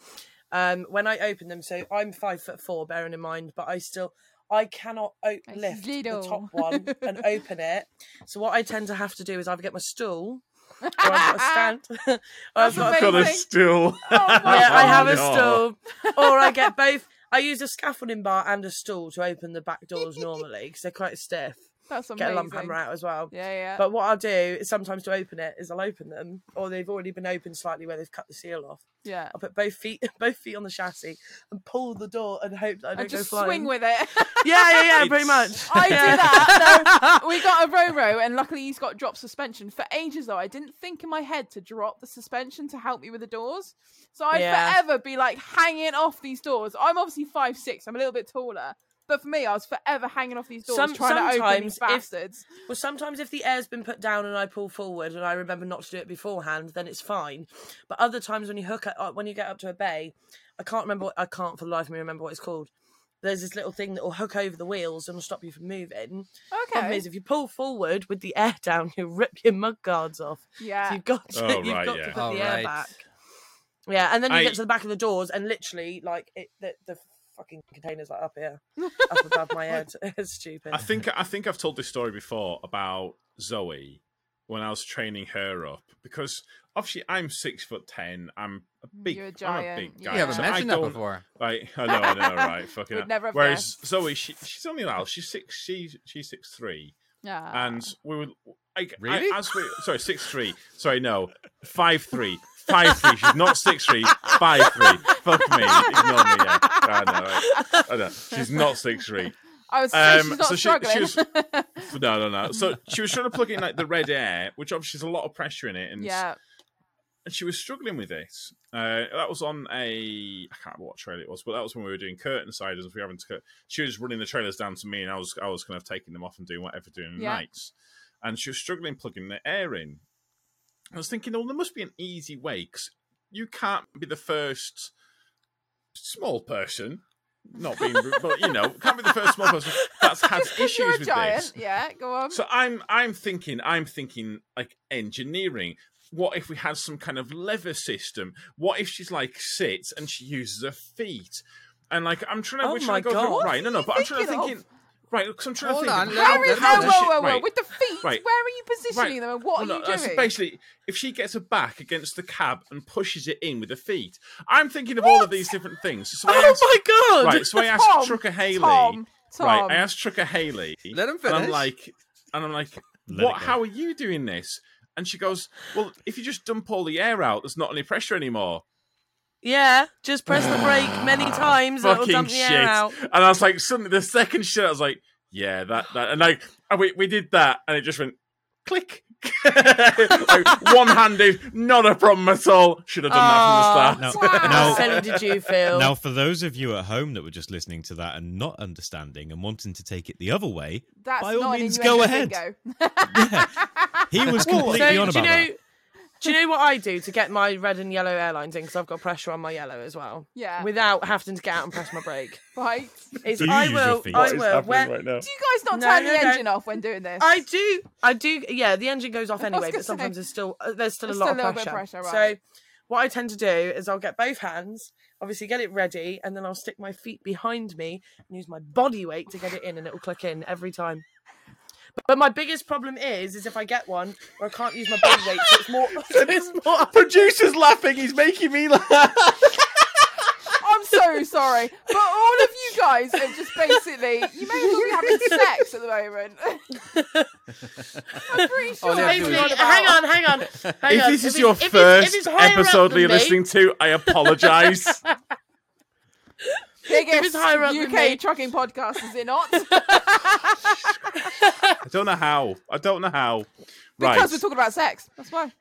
um, when I open them, so I'm five foot four, bearing in mind, but I still I cannot o-
It's
lift the top
little.
one and open it. So what I tend to have to do is either get my stool or I've got a stand. or I've
That's
got a-
amazing. Got a
stool.
Oh my
yeah, I
God.
have a
no.
stool, or I get both. I use a scaffolding bar and a stool to open the back doors normally because they're quite stiff.
That's amazing.
Get a lump hammer out as well.
Yeah, yeah.
But what I'll do is sometimes to open it is I'll open them, or they've already been opened slightly where they've cut the seal off.
yeah.
I'll put both feet both feet on the chassis and pull the door and hope that I don't
And just
go flying.
swing with it.
yeah, yeah, yeah, pretty much.
It's-
I do
Yeah.
that. No, we got a Roro, and luckily he's got drop suspension. For ages though, I didn't think in my head to drop the suspension to help me with the doors. So I'd
Yeah.
forever be like hanging off these doors. I'm obviously five six. I'm a little bit taller. But for me, I was forever hanging off these doors
Some-
trying to open these
sometimes if-
bastards.
Well, sometimes if the air's been put down and I pull forward and I remember not to do it beforehand, then it's fine. But other times when you hook up, uh, when you get up to a bay, I can't remember. What, I can't for the life of me remember what it's called. There's this little thing that will hook over the wheels and will stop you from moving. Problem
Okay.
is, if you pull forward with the air down, you rip your mud guards off. So
Yeah.
you've got to,
Oh,
you've
right,
got
yeah.
to put
Oh,
the air
right.
back. Yeah, and then you
I-
get to the back of the doors, and literally, like, it, the, the fucking containers like up here, up above my head. It's stupid.
I think I think I've told this story before about Zoe when I was training her up because obviously I'm six foot ten. I'm a big.
You're a
I'm a
giant,
big
yeah.
guy.
You
You haven't
so I
mentioned that
don't-
before.
Right, I know, I know, right? Fucking.
We'd
hell.
never have
Whereas Zoe, she, she's only allowed. She's six. She's she's six three,
Yeah.
and we were like, I-
Really?
as we, sorry, six three. Sorry, no, five three, five three. She's not six three, five three. Fuck me, ignore me. Yeah, I know. right. I know. She's not six three.
I was saying
Um,
she's not
so she-
struggling.
she was- No, no, no. So she was trying to plug in like the red air, which obviously is a lot of pressure in it, and
yeah.
and she was struggling with this. Uh, that was on a I can't remember what trailer it was, but that was when we were doing curtain siders. We were having to cut. She was running the trailers down to me, and I was I was kind of taking them off and doing whatever doing
Yeah.
nights. And she was struggling plugging the air in. I was thinking, well, there must be an easy way 'cause you can't be the first small person. Not being, rude, but you know, can't be the first small person that's had issues
You're a
with
giant.
this.
Yeah. Go on.
So I'm I'm thinking I'm thinking like engineering. What if we had some kind of lever system? What if she's like sits and she uses her feet? And like I'm trying to,
Oh
we're
my
trying to go through,
God.
right? No, no, but I'm trying to
thinking
thinking, right? Because I'm trying
Hold
to think.
on, let
How
Oh,
is
that-
how,
how does
whoa,
she-
whoa, whoa,
right.
with the feet?
Right.
Where are you positioning them and what
Well,
are
no,
you
that's
doing?
Basically, if she gets her back against the cab and pushes it in with her feet, I'm thinking of all of these different things. So I
oh
asked-
my god!
Right, so I asked
Tom,
Trucker Haley.
Tom, Tom.
Right, I asked Trucker Haley.
Let him
And I'm
finish.
like, and I'm like,
Let
what?
it go.
How are you doing this? And she goes, well, if you just dump all the air out, there's not any pressure anymore.
Yeah, just press the brake many times and it'll
Ah, Fucking
dump the
shit!
air out.
And I was like, suddenly the second shit, I was like, yeah, that, that, and like, and we we did that, and it just went click. like, one handed, not a problem at all. Should have done that from the
No,
start.
Wow.
How
no,
silly did you feel?
Now, for those of you at home that were just listening to that and not understanding and wanting to take it the other way,
That's
by all
not an
means,
innuendo
go ahead.
Bingo.
He was completely
So,
on
do
about
you know?
that.
Do you know what I do to get my red and yellow airlines in? Because I've got pressure on my yellow as well.
Yeah.
Without having to get out and press my brake.
Right. Do
It's
Do you
I
use your
will.
feet?
I
What
is
will.
happening
Where,
right now?
you guys not
No,
turn
no,
the
no.
engine off when doing this?
I do. I do. Yeah, the engine goes off
was
anyway,
gonna
but sometimes
say.
it's still uh, there's still a
There's
lot
still a
of
little bit
pressure.
of pressure,
So
right.
what I tend to do is I'll get both hands, obviously get it ready, and then I'll stick my feet behind me and use my body weight to get it in, and it'll click in every time. But my biggest problem is, is if I get one where I can't use my body weight, so it's more, so it's more
Producer's laughing. He's making me laugh.
I'm so sorry, but all of you guys are just basically you may as well be having sex at the moment. I'm pretty sure.
they have to
that's what
do
it's
hang
about.
on, hang on. Hang
If
on.
this is
it-
your
if it's- if
first
it's higher up
episode that
than
you're
me-
listening to, I apologise.
biggest
higher up than me-
UK trucking podcast, is it not? Because
I don't know how. I don't know how. Right.
we're talking about sex. That's why.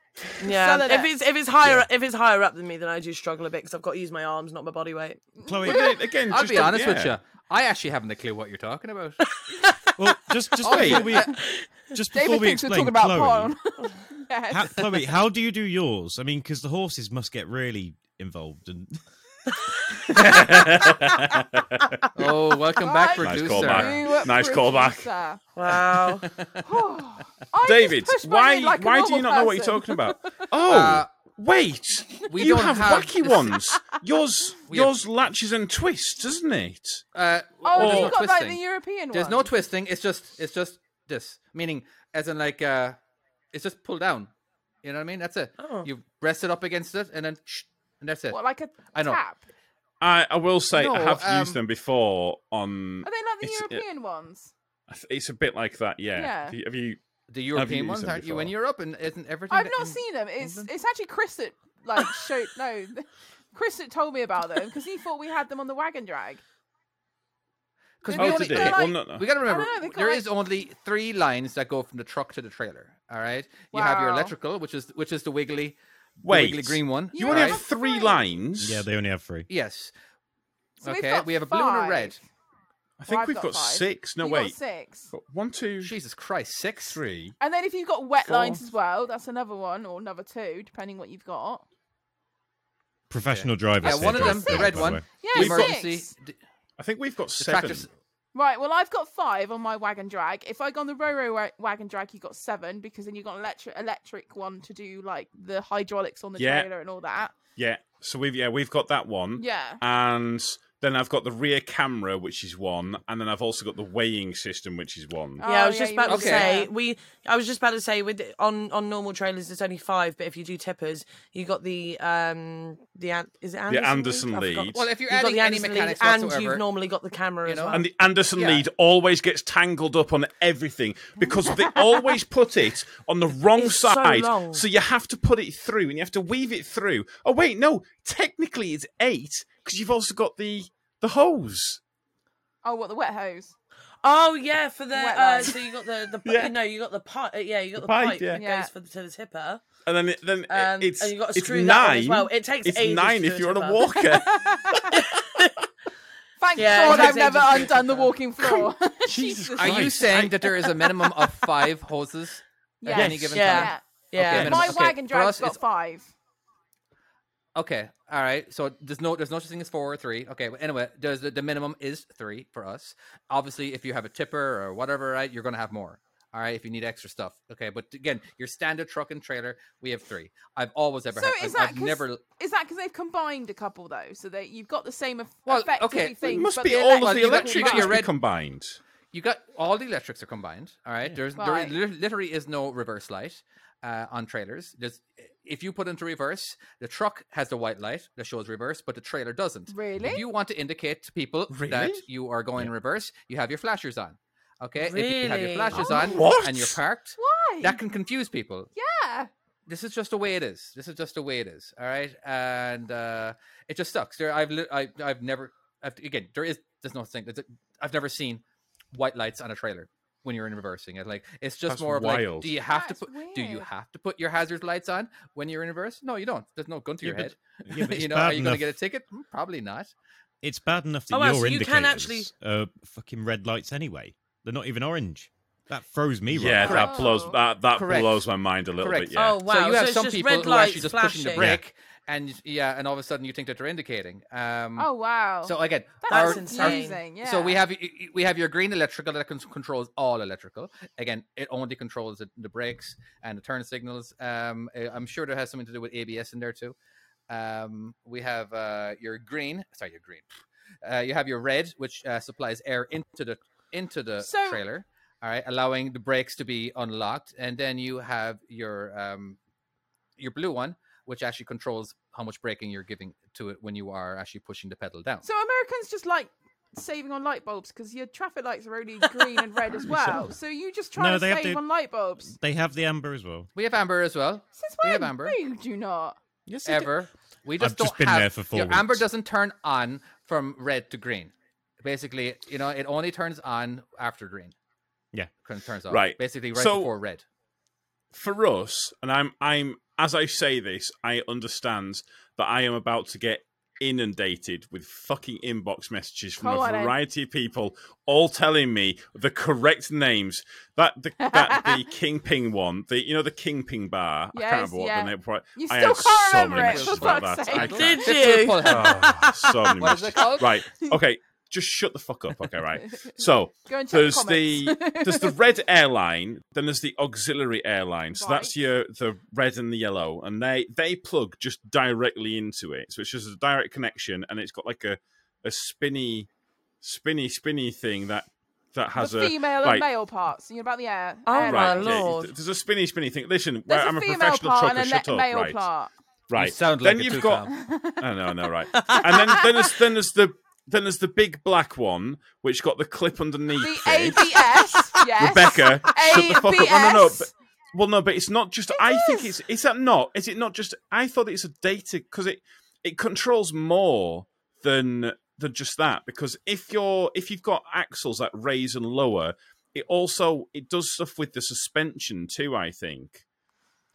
Yeah.
Selling
If
it.
it's if it's higher if it's higher up than me, then I do struggle a bit because I've got to use my arms, not my body weight.
Chloe,
Again, again,
I'll
just
be
a-
honest with
yeah.
you. I actually haven't a clue what you're talking about.
well, just just before we just before
David
we
thinks we're
explain,
talking about
Chloe,
porn.
how,
yes.
Chloe, how do you do yours? I mean, because the horses must get really involved and
Oh, welcome back,
Nice
producer.
callback.
You were
Nice callback.
producer.
Wow.
I
David,
just push my
why
head like a
why do you
normal
not know what you're
person.
talking about? Oh,
Uh,
wait.
we
you
don't
have,
have
wacky
the-
ones. Yours
have-
yours latches and twists, doesn't it?
Uh,
Oh,
there's
you
no
got like
twisting.
the European
there's
one.
no twisting. It's just it's just this. Meaning, as in like uh, it's just pulled down. You know what I mean? That's it. You rest it up against it, and then shh, and that's it.
What, like a
I know.
tap?
I, I will say I
No,
have used
um,
them before on.
Are they like the
It's- it-
European ones?
It's a bit like that, yeah.
Yeah.
Have you- Have you?
the
you
European
used
ones
them
aren't you in
before?
Europe? And isn't everything?
I've
that
not
in-
seen them. It's
England?
it's actually Chris that like showed no. Chris that told me about them because he thought we had them on the wagon drag.
'Cause
They're
Oh,
the
did it?
only- they're
Well,
like-
no, no.
We got to remember
know, they got
there
like-
is only three lines that go from the truck to the trailer. All right, you have your
Wow.
electrical, which is which is the wiggly, the
Wait.
wiggly green one.
You
Yeah,
only
all
have
that's
three
fine.
lines.
yeah, they only have three.
yes.
So we've
okay,
got
we have a blue and a red.
five.
I think
I've
we've
got
got
five.
six. No
You've got
wait.
six.
Got One, two,
Jesus Christ, six.
three.
And then if you've got wet
Four.
lines as well, that's another one or another two, depending what you've got.
Professional drivers.
Yeah,
here
one of
do
them,
it,
the
by
red
way.
one.
Yeah,
We've got-
six.
d-
I think we've got
the
seven.
tractor s-
Right. Well, I've got five on my wagon drag. If I go on the Roro wa- wagon drag, you got seven because then you got an electric electric one to do like the hydraulics on the
Yeah.
trailer and all that.
Yeah. So we've yeah we've got that one.
Yeah.
And then I've got the rear camera, which is one, and then I've also got the weighing system, which is one.
Oh,
Yeah, I was just
you
about to
would,
Okay.
say
yeah.
we. I was just about to say with on on normal trailers it's only five, but if you do tippers, you got the um the An- is it Anderson
Anderson
I forgot.
lead.
Well, if you're
You've got
adding
the
any
Anderson lead,
mechanics
and
whatsoever,
you've normally got the camera
you
as
know?
well.
and the Anderson
Yeah.
lead always gets tangled up on everything because they always put it on the wrong
It's so
side.
long.
you have to put it through and you have to weave it through. Oh wait, no, technically it's eight because you've also got the the hose.
Oh, what the wet hose?
oh yeah, for the
Wet
uh,
lines.
so you got the the
Yeah.
no, you got the pipe. yeah, you got the,
pipe,
pipe.
yeah.
that
Yeah.
goes for the, to the tipper.
And then it, then it-
Um,
it's
and you've got to
it's
screw
nine.
that on as well. It takes
it's
ages to
nine
do
if
a
you're on a
tipper.
walker.
Thank
Yeah,
God
it's
I've never
exactly
undone the
different.
walking floor.
Jesus
Are you
Christ.
saying that there is a minimum of five hoses
Yeah.
at any given
Yeah.
time?
yeah.
Yeah,
minimum.
My
Okay,
wagon
for
drag's
us,
got
it's-
five.
Okay, all right. So there's no there's no such thing as four or three. Okay, but anyway, there's the, the minimum is three for us. Obviously, if you have a tipper or whatever, right, you're gonna have more. All right, if you need extra stuff. Okay, but again, your standard truck and trailer, we have three. I've always ever
So
had.
is
I've,
that
I've
'cause-
never.
Is that because they've combined a couple though, so that you've got the same eff-
Well,
effectively
okay, it
things?
It must
but
be
the
all of the
electric-
electric
you got your
must be
red-
combined.
You got all the electrics are combined. All right, there's
Right.
There, lit- literally is no reverse light uh, on trailers. There's if you put into reverse, the truck has the white light that shows reverse, but the trailer doesn't. If
Really?
you want to indicate to people that
Really?
you are going in reverse, you have your flashers on. Okay, if you have your
Really?
flashers
Oh.
on
What?
and you're parked,
Why?
that can confuse people.
yeah.
This is just the way it is. This is just the way it is. All right, and uh, it just sucks. There, I've li- I, I've never I've, again there is there's no thing. There's a, I've never seen white lights on a trailer when you're in reversing it. Like it's just
That's
more of
wild.
like, do you have
That's
to put? Do you
weird.
have to put your hazard lights on when you're in reverse? No, you don't. There's no gun to
Yeah,
your
but-
head.
Yeah, but it's
you know,
bad
are you going
enough-
to get a ticket? Mm, Probably not.
It's bad enough that
Oh, wow,
your
so you
indicators
can actually-
are fucking red lights anyway. They're not even orange. That froze me right.
yeah,
up.
that blows
Oh.
that that
Correct.
blows my mind a little
Correct.
bit. Yeah.
Oh wow!
so you have
it's
some
just
people
red
who are actually
lights
just pushing the
flashing.
brake, and yeah, and all of a sudden you think that they're indicating. Um,
Oh wow.
So again,
that's
our-
insane.
our-
confusing. Yeah.
So we have y- y- we have your green electrical that con- controls all electrical. Again, it only controls the, the brakes and the turn signals. Um, uh, I'm sure there has something to do with ABS in there too. Um, we have uh, your green. Sorry, your green. Uh, you have your red, which uh, supplies air into the into the
So-
trailer. All right, allowing the brakes to be unlocked, and then you have your um, your blue one, which actually controls how much braking you're giving to it when you are actually pushing the pedal down.
So Americans just like saving on light bulbs because your traffic lights are only green and red as well. So you just try
No,
to
they have
save
to-
on light bulbs.
They have the amber as well.
We have Amber as well.
Since
We
when?
have amber.
No, you do not.
Yes,
Ever. We just
I've
don't
just been
have.
there for four
your Amber
weeks.
doesn't turn on from red to green. Basically, you know, it only turns on after green.
Yeah.
Turn- Turns off.
Right.
Basically, right
So-
before red.
for us, and I'm I'm as I say this, I understand that I am about to get inundated with fucking inbox messages from
Go
a
on then.
variety of people, all telling me the correct names. That the that the King Ping one, the you know the King Ping bar. I can't
Yes,
remember what
yeah.
the name was.
You
I had
still can't
so
remember
many
it,
messages
for
about
fuck's
that. I
sake.
can't-
Did
Fifth
you?
wheel pull handle.
Oh, so many
What is it
messages.
called?
Right. Okay. Just shut the fuck up. Okay. Right. So
Go and check
there's
the
the
comments.
there's the red airline, then there's the auxiliary airline. So that's
Right.
your the red and the yellow, and they they plug just directly into it. So it's just a direct connection, and it's got like a a spinny, spinny, spinny thing that that has
the
a
female
right.
and male parts. You know about the air.
Oh,
right.
air
my
lines.
yeah,
lord.
there's a spinny, spinny thing. Listen,
There's
I'm
a
a
female
professional
part
trucker.
and a
Shut
le-
up,
male
right?
part.
Right.
You sound
then
like it
you've
too,
got
Sam.
I know, I know, right. And then, then there's then there's the then there's the big black one, which got the clip underneath.
The
it.
ABS. yes.
Rebecca, shut the fuck up. No, no, no.
ABS.
But, well, no, but it's not just. I think it's. Is that not? Is it not just? I thought it's a data because it it controls more than than just that. Because if you're if you've got axles that raise and lower, it also it does stuff with the suspension too. I think.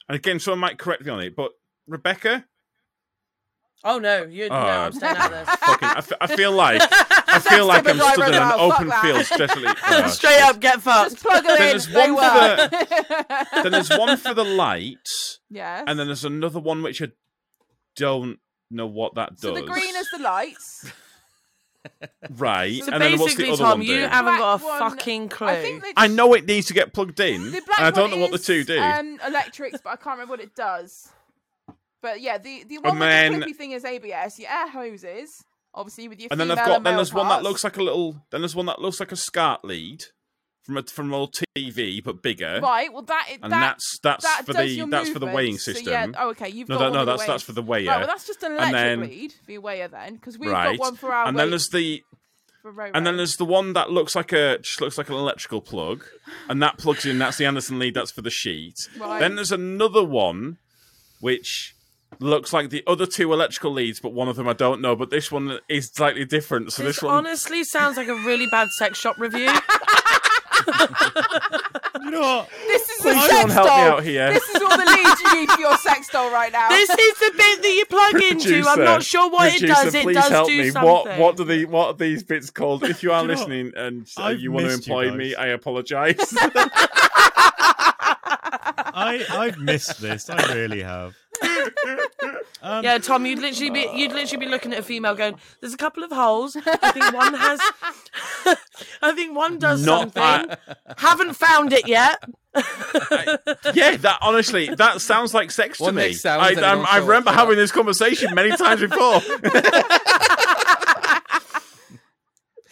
And again, someone might correct me on it, but Rebecca,
Oh no, you no,
Oh,
I'm staying out of this.
fucking, I, fe- I feel like I feel like I'm
driver
stood in
now,
an
fuck
open
that.
field, especially. Oh,
Straight up, get fucked.
Just plug it
Then
in.
there's
they
one for
work.
Then there's one for the lights.
yes.
and then there's another one which I don't know what that does.
so the green is the lights.
right,
So
and then what's
basically,
the other
Tom,
one
you
do?
haven't got a
Black one-
fucking clue.
I think they
I know it needs to get plugged in,
The
and
black
I don't know what
one
the two
is,
do.
Um, electrics, but I can't remember what it does. But yeah, the the one
then-
with the clippy thing is ABS. Your air hoses, obviously with your
and then I've
female
got
and
then
male
there's one that
parts.
looks like a little then there's one that looks like a SCART lead from a from an old TV but bigger,
right. Well, that
and
that
that's that's
that
for the
does your
that's for the weighing
movements.
system.
So yeah, oh, okay, you've
no,
got
that,
one
no,
with the
that's that's
weighing.
for the weigher,
Right, well, that's just an electric
then-
lead for your weigher then, because we've
right?
got one for our
and
weight
then there's the
for row
and then
weight.
there's the one that looks like a just looks like an electrical plug, and that plugs in. That's the Anderson lead. That's for the sheet.
Right.
Then there's another one, which looks like the other two electrical leads, but one of them I don't know. But this one is slightly different. So
this
this, one,
honestly sounds like a really bad sex shop review.
You know what?
this is the
please
sex
don't help me
doll.
out here.
This is all the leads you need for your sex doll right now.
this is the bit that you plug into. I'm
Producer,
not sure what it does.
producer,
It
please
does
help
do
me.
something.
What what do the what are these bits called? If you are
you know what?
listening and uh,
I've
you want to
missed you
employ
guys.
me, I apologise.
I I've missed this. I really have. Um,
Yeah, Tom, you'd literally
Uh.
be you'd literally be looking at a female going, "There's a couple of holes. I think one has, I think one does
Not
something. Haven't found it yet.
yeah, that honestly, that sounds like sex to
One
me.
makes sounds
I,
and it
I'm-
don't
I
show up,
remember
yeah.
having this conversation many times before.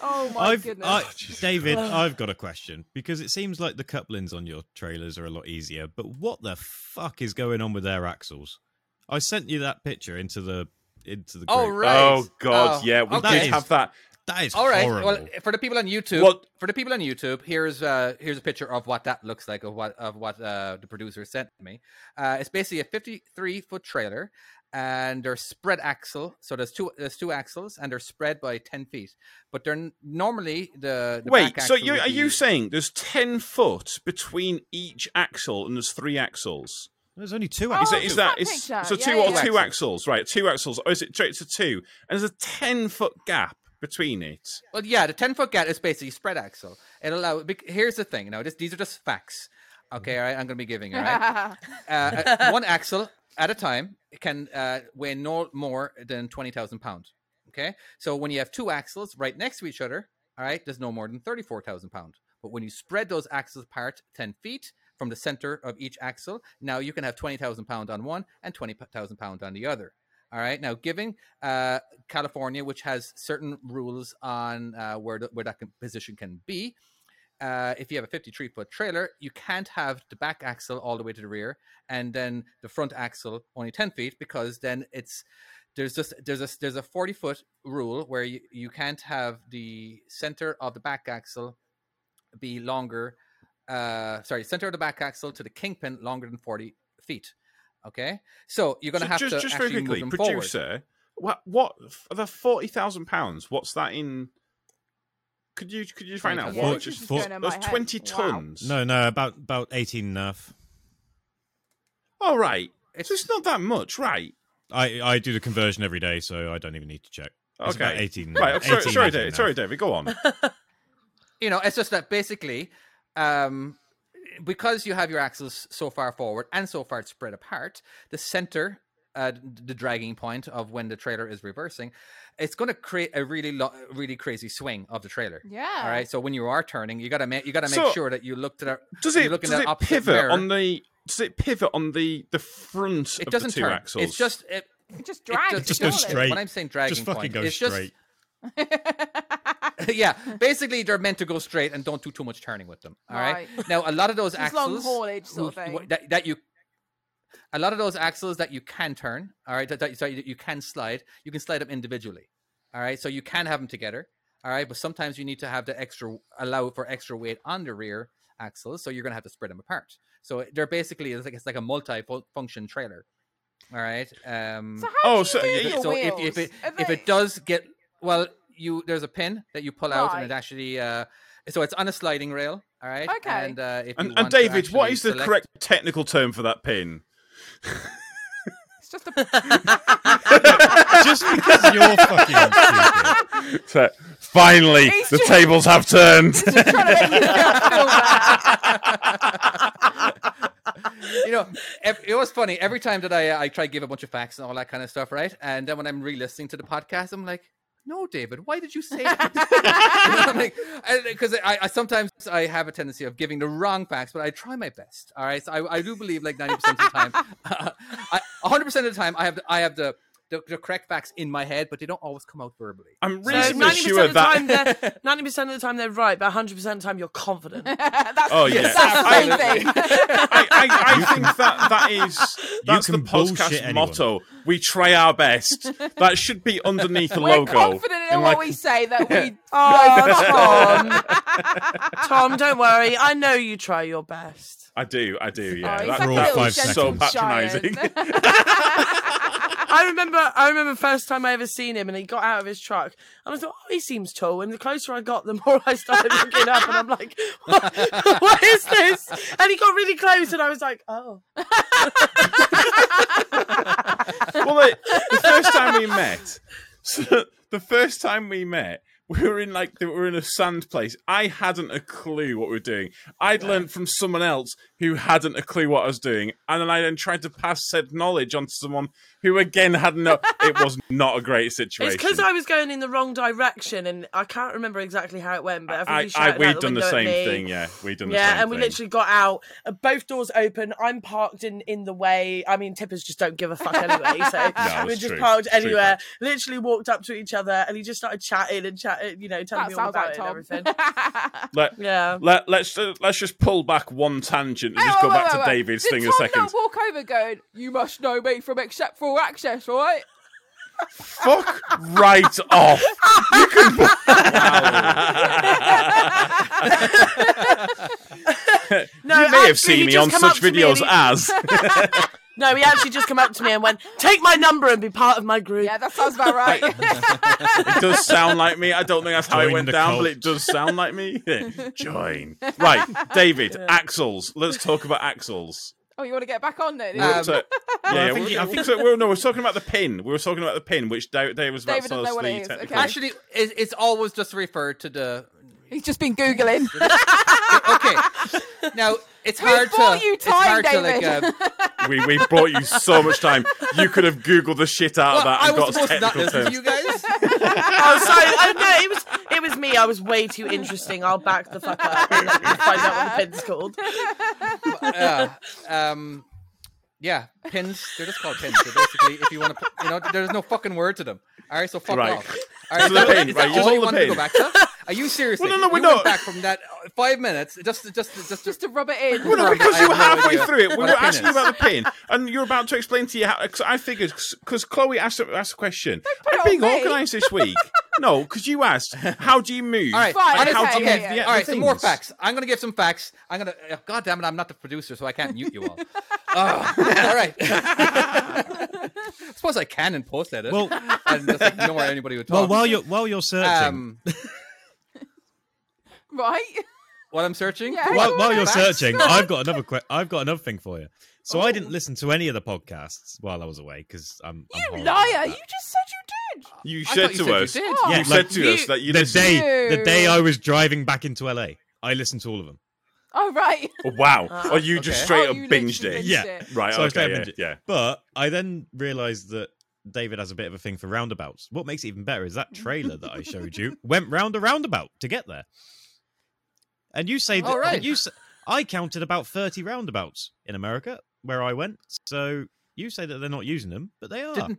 oh my
I've
goodness.
I, David, I've got a question because it seems like the couplings on your trailers are a lot easier, but what the fuck is going on with their axles? I sent you that picture into the into the group.
Oh, right.
Oh God,
Oh,
yeah, we
okay.
did have that.
That is
All right.
horrible.
Well, for the people on YouTube,
What-
for the people on YouTube, here's uh here's a picture of what that looks like of what of what uh, the producer sent me. Uh, it's basically a 53 foot trailer, and they're spread axle. So there's two there's two axles, and they're spread by 10 feet. But they're n- normally the, the
Wait,
back
so
axle
you
would
are you
be-
saying there's ten foot between each axle and there's three axles?
There's only two
Oh,
Is
axles.
it is
it's
that
that
is
picture.
so
Yeah,
two
yeah,
or
yeah.
two axles, right? Two axles, or is it sorry, it's a two and there's a ten foot gap between it.
Well, yeah, the ten foot gap is basically spread axle. It allow. bec- Here's the thing. Now, this, these are just facts.
Mm-hmm.
Okay, all right. I'm going to be giving. All right. uh, uh, one axle at a time can uh, weigh no more than 20,000 pounds. Okay. So when you have two axles right next to each other, all right, there's no more than 34,000 pounds. But when you spread those axles apart 10 feet from the center of each axle, now you can have 20,000 pounds on one and 20,000 pounds on the other. All right. Now, given uh, California, which has certain rules on uh, where, the, where that can, position can be, uh, if you have a 53 foot trailer, you can't have the back axle all the way to the rear and then the front axle only 10 feet because then it's there's just there's a there's a 40 foot rule where you, you can't have the center of the back axle be longer uh sorry center of the back axle to the kingpin longer than 40 feet okay so you're gonna
Ju-
have
just,
to
just
actually
very quickly,
move them forward.
producer. What? What? f- The forty thousand pounds. What's that in? Could you could you find out
20,000.
what?
Forty-
just
four-
That's twenty tons.
No, no, about about eighteen and a half.
All right.
It's-
so it's not that much, right?
I I do the conversion every day, so I don't even need to check. It's
Okay.
about eighteen.
Right. I'm sorry,
18,
sorry,
18 and
David.
a
Sorry,
half.
David. Go on.
you know, it's just that basically, um, because you have your axles so far forward and so far spread apart, the center, uh, th- the dragging point of when the trailer is reversing, it's going to create a really, lo- really crazy swing of the trailer.
yeah.
All right. So when you are turning, you gotta make you gotta make
So,
sure that you look to the
Does
you
it
look in
does
the
it
opposite
pivot
mirror.
on the does it pivot on the the front
It
of
doesn't
the two
turn.
axles?
It's just it,
It just
it
drags.
does-
Just
it
go
does-
surely.
straight.
When I'm saying dragging
Just fucking
point,
go
it's
straight.
Just, yeah, basically they're meant to go straight and don't do too much turning with them. All right. Now a lot of those
Just
axles
long haulage sort
who-
of
wh-
thing.
that, that you a lot of those axles that you can turn all right that, that, sorry, that you can slide you can slide them individually all right so you can have them together all right but sometimes you need to have the extra allow for extra weight on the rear axles so you're going to have to spread them apart so they're basically it's like it's like a multi-function trailer all right um
So how
Oh,
do
so-
you
yeah,
do
yeah.
your
so if,
wheels?
if it
Are
if
they-
it does get well you there's a pin that you pull out and it
Right.
actually uh so it's on a sliding rail all right
Okay.
and uh if you
and, and
want to
David, what
actually
is the
select-
correct technical term for that pin?
It's just a
Just because you're fucking stupid.
So, finally,
He's
the
just-
tables have turned.
It's just trying to make you feel bad.
you know, ev- it was funny every time that I uh, I try to give a bunch of facts and all that kind of stuff, right? And then when I'm re-listening to the podcast, I'm like, no, David, why did you say that? Because uh, I, I sometimes I have a tendency of giving the wrong facts, but I try my best. All right, so I, I do believe like ninety percent of the time, hundred percent of the time, I have the, I have the, the the correct facts in my head, but they don't always come out verbally.
I'm
So
reasonably
ninety
sure
percent of the
that.
time they're ninety percent of the time they're right, but hundred percent of the time you're confident.
That's,
Oh, yeah.
that's the main
Absolutely.
thing.
I, I, I think that that is that's the
can bullshit
podcast
anyone.
motto. We try our best. That should be underneath the
We're
logo.
confident in
And
what
like-
we say that we.
Oh, Tom. Tom, don't worry. I know you try your best.
I do, I do. Yeah,
Oh,
that,
he's like a
all
that
little
five
was so
gentle
seconds.
patronising.
giant.
I remember I remember first time I ever seen him and he got out of his truck and I thought, oh, he seems tall. And the closer I got, the more I started looking up and I'm like, what, what is this? And he got really close and I was like, oh.
well, like, the first time we met, so the first time we met, we were in like we were in a sand place. I hadn't a clue what we were doing. I'd learned from someone else who hadn't a clue what I was doing, and then I then tried to pass said knowledge on to someone who again had no. it was not a great situation.
It's because I was going in the wrong direction and I can't remember exactly how it went, but I think he shouted out
we'd
the
done the
window at
same
me.
thing. Yeah, we'd done the same
Yeah, and we
thing.
literally got out. uh, Both doors open. I'm parked in in the way. I mean, tippers just don't give a fuck anyway. So
that's
we're just
true.
parked
True
anywhere. Literally walked up to each other, and he just started chatting and chatting. You know, telling
that
me all
sounds
about
like
it and
Tom.
everything.
Let,
Yeah.
let, let's uh, let's just pull back one tangent and
Hey,
just
wait,
go
wait,
back
wait,
to
wait.
David's
Did
thing in
Tom
a second.
not walk over going, you must know me from Acceptable Access, right?
Fuck right off. You can.
No,
you may
actually,
have seen
he
me
just
on
come
such
up to me
videos
and he-
as.
No, he actually just come up to me and went, "Take my number and be part of my group."
Yeah, that sounds about right.
it does sound like me. I don't think that's how it
Join
went
the
down,
cult.
but it does sound like me. Join. Right, David, axles. Let's talk about axles.
oh, you want to get back on then?
Um,
So, Yeah,
I
I
think
think,
he-
I think so. Well, no, we were talking about the pin. We were talking about the pin, which David, David was about
David
to tell
doesn't know
us
what
the
it is.
technical-
Okay.
Actually, it, it's always just referred to the.
He's just been googling.
Okay, now it's hard
bought
to.
you
it's
time,
hard to, like,
David.
uh,
We, we brought you so much time. You could have Googled the shit out of Oh,
well,
that
I
and
was
got
supposed to not
technical
listen to
terms.
you guys.
Oh, sorry. Oh, no, it was it was me. I was way too interesting. I'll back the fuck up and let you find out what the pin's called.
yeah. Um, yeah, pins. They're just called pins. So basically, if you want to, you know, there's no fucking word to them. All right, so fuck
Right.
off. All right,
So the
that-
pin,
is
right,
that
use
all
all
you
the
wanted to go
pin.
back to? Are you serious?
Well, no, no,
you
we're
went
not.
back from that uh, five minutes. Just, just, just, just,
just to rub it in.
Well, no, because
I
you were
have no
halfway
idea
through it. We
what
were
a pin
asking you
is.
about the pin, and you're about to explain to you how. Cause I figured because Chloe asked asked a question.
it
I'm
on
being
me.
organised this week. no, because you asked, "How do you move?"
All right,
Fine,
And
honest-
how
okay,
do you
okay,
move?
yeah.
the-
all right,
the
some more
things?
facts. I'm gonna give some facts. I'm gonna. oh, God damn it! I'm not the producer, so I can't mute you all. Ugh, all right. suppose I can and post edit.
Well-
and just ignore anybody who talks.
Well, while you're while you're searching,
um,
right?
while I'm searching,
Yeah.
while, while you're
Facts.
searching, I've got another que- I've got another thing for you. So I didn't listen to any of the podcasts while I was away because I'm, I'm
You
horrible at
liar!
that.
You just said you did. Oh,
You
I
said
thought you
to
said you
us.
did.
You
Yeah,
said
like,
to us that you
the
listened.
day the day
You.
I was driving back into LA, I listened to all of them.
Oh right.
Oh, wow. Or you
Ah, okay.
just straight
Oh,
up
you
binged
literally
it.
binged
Yeah.
it.
Right.
So I
okay.
straight
Yeah,
binged it.
yeah.
But I then realised that David has a bit of a thing for roundabouts. What makes it even better is that trailer that I showed you went round a roundabout to get there. And you say that
All
and
right.
you s- I counted about 30 roundabouts in America where I went. So you say that they're not using them, but they are.
Didn't-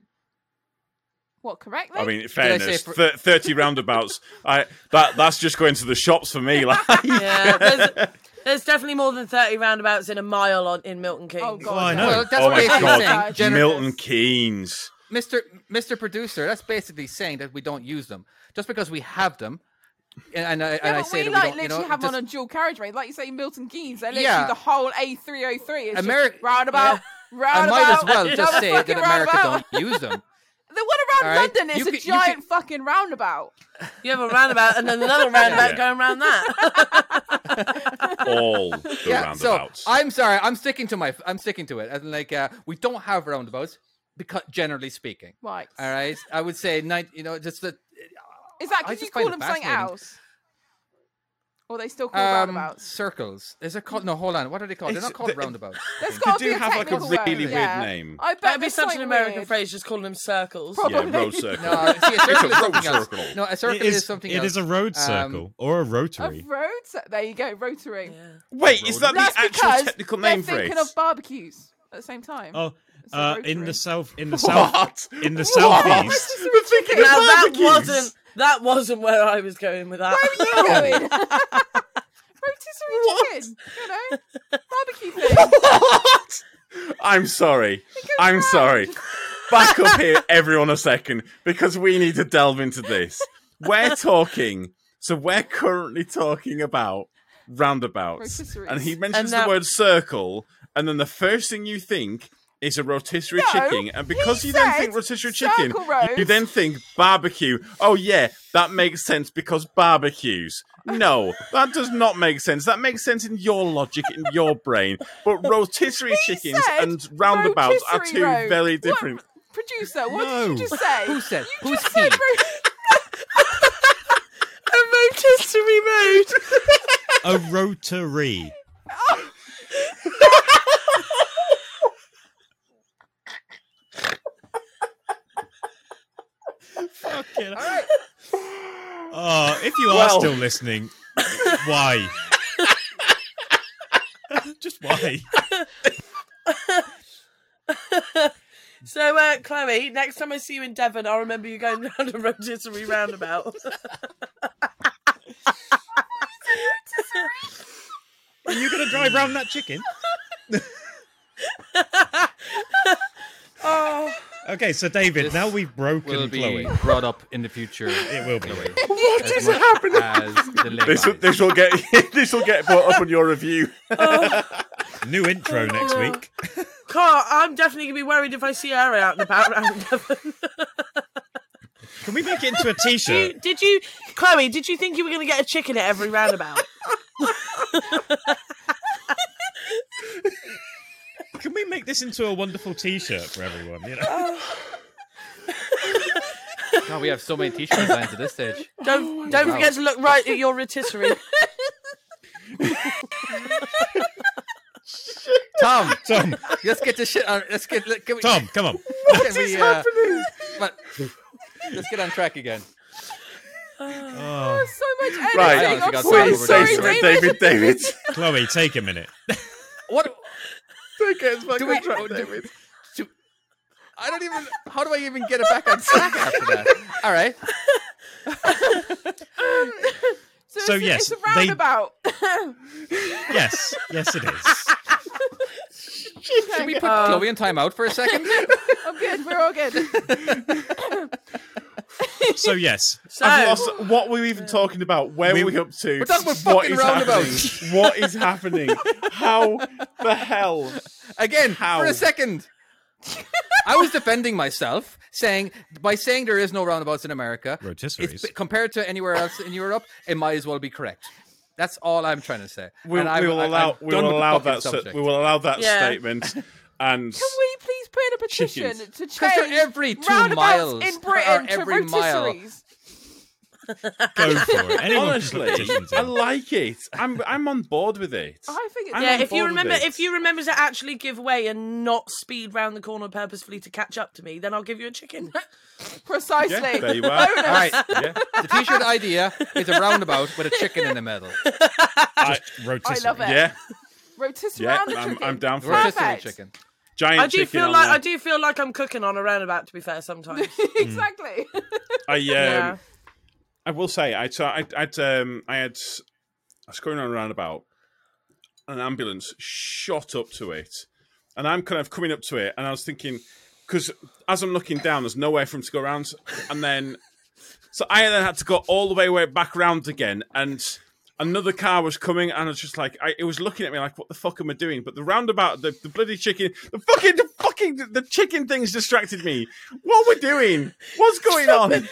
What correctly?
I mean, in
I say
fairness,
for-
thir- thirty roundabouts. I that that's just going to the shops for me. Like,
Yeah, there's, there's definitely more than thirty roundabouts in a mile on in Milton Keynes.
Oh, God.
Well, I
yeah.
know.
Well, that's
oh
what
my
basically
god,
saying,
God.
Jen-
Mil-
Milton Keynes.
Mr. Mr. Producer. That's basically saying that we don't use them just because we have them. And, and I,
yeah,
and I
but
say
we
that
like
we don't,
literally
you know,
have
just,
on a dual carriageway, like you say, Milton Keynes. They're literally
Yeah.
the whole A303 is
Ameri-
just roundabout,
I
roundabout.
might as well just
another
say that
fucking
America
roundabout.
don't use them.
The one around
All right.
London is
You
a
could- you could-
giant fucking roundabout.
You have a roundabout and then another roundabout
Yeah.
going round that.
All the
yeah. So
roundabouts.
I'm sorry. I'm sticking to my. I'm sticking to it. And like, uh, we don't have roundabouts because, generally speaking.
Right.
All right. I would say nine. You know, just that.
Is that
I
because you
just
call
find
them
it
something
fascinating.
else? Or they still call
Um,
roundabouts?
circles. Is it called? No, hold on. What are they called? They're
It's-
not called
the-
roundabouts.
There's
They
got to
do
be a
have like a
technical
really
word,
weird
yeah.
name.
I bet
That'd be
there's
such an
something
American
weird.
phrase, just calling them circles.
Probably.
yeah, road circle.
No, Uh, see, a
It's
circle is
a road
something else.
circle.
No, a circle
it is,
is something
it
else.
is a road
Um,
circle or a
A
rotary.
road. cir- There you go, rotary.
Wait, is that
That's
the
because
actual technical name
they're
for it?
thinking of barbecues at the same time.
Oh,
It's a
uh, in
rotary.
the south, in the south,
What?
in the
What?
southeast.
We're thinking
Now
of
that
barbecues.
wasn't that wasn't where I was going with that.
Where are you going? Rotisserie chicken, you know, barbecue thing.
What? I'm sorry. I'm sorry. Back up here, everyone, a second, because we need to delve into this. We're talking, so we're currently talking about roundabouts.
Rotisseries.
And he mentions
And that-
the word circle, and then the first thing you think is a rotisserie
No,
chicken. And because
he
you then
said
think rotisserie chicken,
circle roads.
you then think barbecue. Oh, yeah, that makes sense because barbecues. No, that does not make sense. That makes sense in your logic, in your brain. But rotisserie chickens
said
and roundabouts are
rotisserie
two
road.
very
What-
different.
Producer, what did
No.
you just say?
Who said?
You
Who's
just said
he?
ro-
A rotisserie road.
a rotary. Fucking hell. Oh, if you are
Well.
still listening, why? Just why?
So, uh, Chloe, next time I see you in Devon, I'll remember you going round a rotisserie roundabout.
Are you going to drive round that chicken?
oh,
Okay, so David,
This
now we've broken
Will be
Chloe.
brought up in the future.
It will be.
What is happening? As the
This, will-
late
this will get this will get brought up on your review.
New intro next week.
God, I'm definitely gonna be worried if I see her out and about round Devon.
Can we make it into a t shirt?
You- did you, Chloe? Did you think you were gonna get a chicken at every roundabout?
Can we can make this into a wonderful T-shirt for everyone. You know,
God, we have so many t-shirt designs at this stage.
Oh
Don't don't
God.
forget to look right at your rotisserie.
Tom,
Tom,
let's get this shit on. Let's get. let- Can we,
Tom, come on.
can we, uh, but- let's get on track again.
Oh,
so much editing.
Right.
I honestly
I'm
got
so
some
sorry,
overwhelmed.
David.
David.
David.
Chloe, take a minute.
What?
Take it back
Do
on
we-
track,
do-
David.
I don't even. How do I even get it back on track after that? All right.
So,
So
it's, a-
yes,
it's a
they-
roundabout.
Yes, yes, it is.
Should we put Chloe in timeout for a second?
I'm good. We're all good.
So yes,
So-
I've lost. What were we even talking about? Where were we up to?
We're talking about
What
fucking
is
roundabouts.
happening? What is happening? How the hell?
Again,
How?
for a second. I was defending myself, saying by saying there is no roundabouts in America,
Rotisseries.
it's, compared to anywhere else in Europe, it might as well be correct. That's all I'm trying to say.
We,
And I-
we will
I- I'm
allow. We
done
will
with the
allow
fucking
that. so-
subject.
we will allow that
Yeah.
statement. And
Can we please put in a petition
Chickens.
to
they're
change
every two
roundabouts
miles,
in
or
Britain to
every mile.
rotisseries?
go for it. Anyone can put
honestly,
petitions
I
in.
like it. I'm. I'm on board with it.
I think it's
I'm
yeah,
on
if you
board with
remember,
it.
if you remember to actually give way and not speed round the corner purposefully to catch up to me, then I'll give you a chicken.
precisely.
Yeah, there you are.
All right,
Yeah.
the t-shirt idea is a roundabout with a chicken in the middle.
Rotisserie.
I love it.
Yeah.
Rotisserie
Yeah.
round a
I'm,
chicken.
I'm down for it.
Perfect.
Rotisserie chicken.
Giant
I do
chicken
feel
on
like
there. Um,
I do feel like I'm cooking on a roundabout. To be fair, sometimes.
Mm.
exactly.
I um,
Yeah.
I will say I so I I'd, um I had I was going on a roundabout, an ambulance shot up to it, and I'm kind of coming up to it, and I was thinking because as I'm looking down, there's nowhere for him to go around, and then so I then had to go all the way way back round again, and. Another car was coming, and I was just like, I, it was looking at me like, "What the fuck am I doing?" But the roundabout, the, the bloody chicken, the fucking, the fucking, the chicken things distracted me. What we're doing? What's going on? The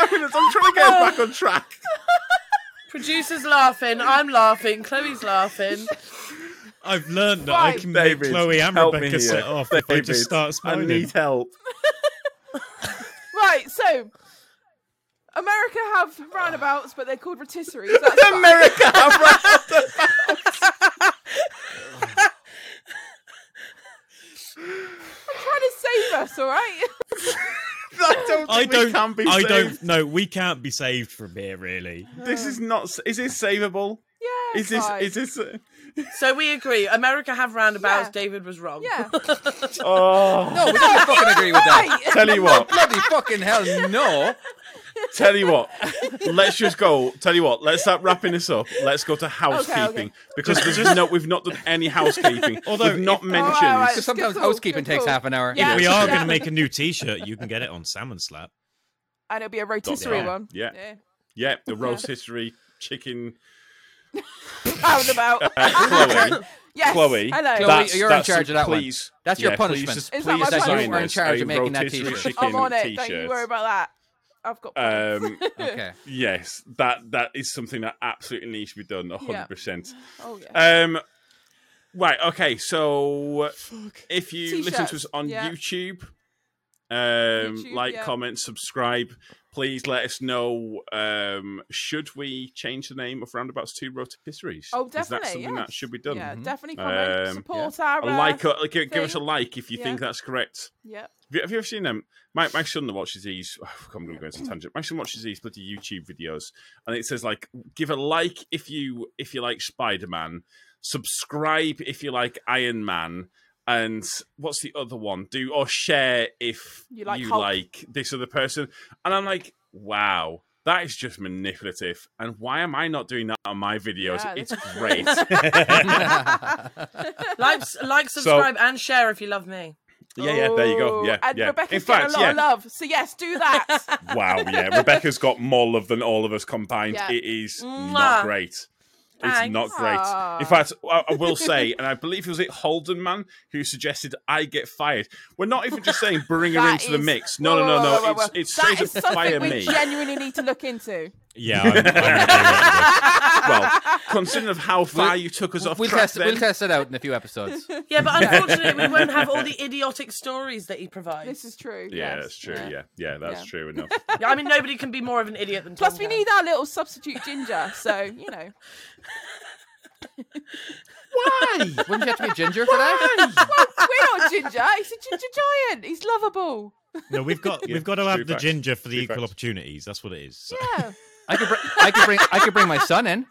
ambulance, I'm trying to get us back on track.
Producers laughing, I'm laughing, Chloe's laughing.
I've learned that I
Fine.
can
David,
make Chloe and
help me
Rebecca
here.
set off if I just start
I
smiling.
need help.
right. So. America have roundabouts, but they're called rotisseries. That's fine.
America, I'm right.
trying to save us, all right?
I don't. Think
I
We
don't.
can be
I
saved.
don't. No, we can't be saved from here. Really,
This is not. s- Is this savable?
Yeah.
Is this?
fine.
Is this? uh,
So we agree. America have roundabouts.
Yeah.
David was wrong.
Yeah.
Oh,
No, we don't fucking agree with that.
Right.
tell you what.
Bloody fucking hell, no!
Tell you what. Let's just go. Tell you what. Let's start wrapping this up. Let's go to housekeeping
okay.
because there's just no. We've not done any housekeeping.
Although
we've not
if-
mentioned.
All right,
Because sometimes
Good call,
housekeeping
good
takes
call.
half an hour.
Yeah.
we are going
Yeah.
to make a new T-shirt. You can get it on Salmon Slap.
and it'll be a rotisserie
Yeah.
one.
Yeah. Yeah, the roast history chicken.
Roundabout.
Uh, Chloe.
Ah, yes.
Chloe,
Hello.
Chloe,
that's-
you're in
that's-
charge of that one.
please,
That's your
yeah,
punishment.
Please,
Is
just,
that
please
my
design
punishment? You
were in
us
charge
a
of making that
rotisserie
t-shirt.
chicken
I'm on it.
T-shirt.
Don't you worry about that. I've got plans.
Um,
Okay.
yes, that that is something that absolutely needs to be done. hundred
Yeah.
percent.
Oh yeah.
Um, right. Okay. So if you listen to us
T-shirts,
on
yeah.
YouTube, um,
YouTube,
like,
yeah.
comment, subscribe. Please let us know. Um, should we change the name of roundabouts to rotisseries?
Oh,
Is that
definitely,
something
yes.
that should be done? Mm-hmm.
yeah, definitely comment,
Um,
support
A
our uh,
like, uh, give, give us a
thing.
like if you
Yeah.
think that's correct.
Yeah.
Have you, have you ever seen them? My my son that watches these. oh, I'm going to go into a tangent. My son watches these bloody YouTube videos, and it says like, give a like if you if you like Spider Man, subscribe if you like Iron Man, and what's the other one? Do or share if
You like Hulk.
like this other person. And I'm like, wow. That is just manipulative. And why am I not doing that on my videos?
Yeah,
it's
this is-
great.
Like, like, subscribe, and share if you love me.
yeah, yeah, there you go.
Ooh,
Yeah,
Oh, And
yeah.
Rebecca's
In fact,
getting a lot
yeah,
of love. So yes, do that.
Wow, yeah. Rebecca's got more love than all of us combined.
Yeah.
It is
Mwah.
not great. It's
Thanks.
not great. In
Aw.
fact, I, I will say, and I believe it was it Holden Man who suggested I get fired. We're not even just saying bring her
That
into the
is-
mix. No,
Whoa,
no, no,
whoa,
no.
whoa, whoa,
it's
whoa.
it's straight
that is
up
something
fire
we
me.
genuinely need to look into.
Yeah, I'm, I'm okay with
well, considering of how far
We'll-
you took us off
we'll
track
test
then,
we'll test it out in a few episodes.
Yeah, but unfortunately, we won't have all the idiotic stories that he provides.
This is true.
Yeah,
yes.
that's true. Yeah, yeah, that's
Yeah.
true enough.
Yeah, I mean, nobody can be more of an idiot than.
Plus,
Tom
we
can.
need our little substitute ginger, so you know.
Why?
Wouldn't you have to be ginger for that?
We're not ginger. He's a ginger giant. He's lovable.
it. No, we've got
Yeah,
we've got to
true
have the
facts,
ginger for the
true
equal
facts.
opportunities. That's what it is. So-
Yeah,
I could bring I could bring I could bring my son in.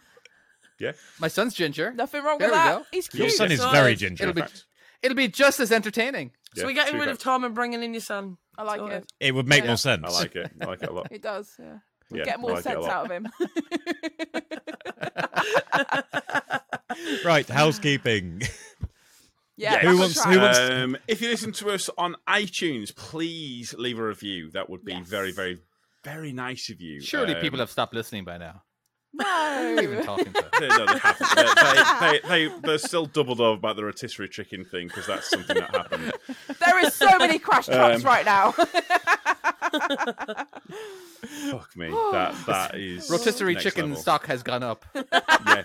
Yeah.
My son's ginger.
nothing wrong
There
with
we
that.
go.
He's
Your
cute.
son is
Yes.
very
It'll
ginger.
be
fact.
it'll be just as entertaining.
So
Yeah,
we're getting
true
rid of
facts.
Tom and bringing in your son.
I like
Sort
it.
of.
It would make more sense.
I like it. I like it a lot.
It does. Yeah. We
Yeah,
get
I
more
like it a
sense
lot.
out of him.
Right, housekeeping.
yeah.
Who
that's a
wants-
try.
who wants-
Um, if you listen to us on iTunes, please leave a review. That would be
Yes.
very, very, very nice of you.
Surely
Um,
people have stopped listening by now.
No.
Even talking to.
They, no, they haven't. They, they, they, they, are still doubled over about the rotisserie chicken thing because that's something that happened.
There is so many crash
Um,
trucks right now.
Fuck me.
Oh.
That that is
Rotisserie
next
chicken
level. Oh,
stock has gone up.
Yeah,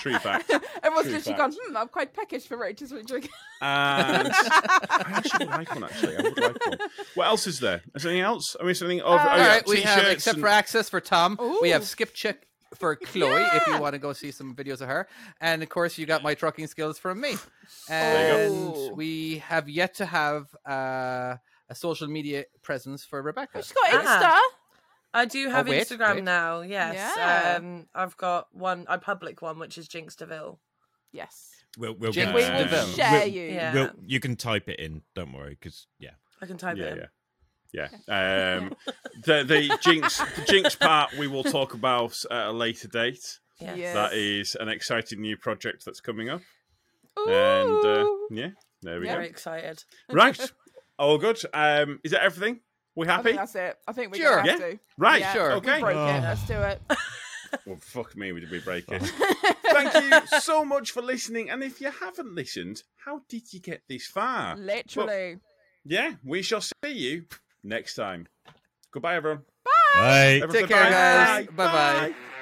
true fact.
Everyone's
True
literally
fact.
gone, hmm, I'm quite peckish for rotisserie chicken.
And I actually would like one. Actually, I would like one. What else is there? Is there anything else? I mean, something. Oh, oh,
All
yeah,
right, we have
t-shirts
except
and-
for access for Tom. We
Ooh.
have skip check for Chloe if you want to go see some videos of her, and of course you got my trucking skills from me.
There you go.
And we have yet to have uh, a social media presence for Rebecca.
She's got Insta.
Ah. I do
Oh,
have
wait,
Instagram
wait.
now. Yes,
Yeah.
um, I've got one, a public one, which is Jinx Deville.
Yes.
We'll, we'll
Jinx
get
We
it.
will Deville.
share
We'll-
you.
Yeah.
we'll- you can type it in. Don't worry, because yeah.
I can type it.
yeah,
in.
yeah, yeah. Um, the the jinx the jinx part we will talk about at a later date.
Yes.
Yes.
That is an exciting new project that's coming up,
Ooh.
and uh, yeah, there we
Yeah.
Very excited.
go. Right, all good. Um, is that everything? We
I think
happy?
that's it. I think we
Sure.
have
Yeah.
to.
Right,
Yeah,
Sure.
We
Okay.
broke
Oh.
it. Let's do it.
Well, fuck me, we did we break it. Thank you so much for listening. And if you haven't listened, how did you get this far?
Literally.
Yeah, we shall see you next time. Goodbye, everyone.
Bye.
Everyone
Take
say
care,
bye.
guys.
Bye.
Bye-bye.
Bye.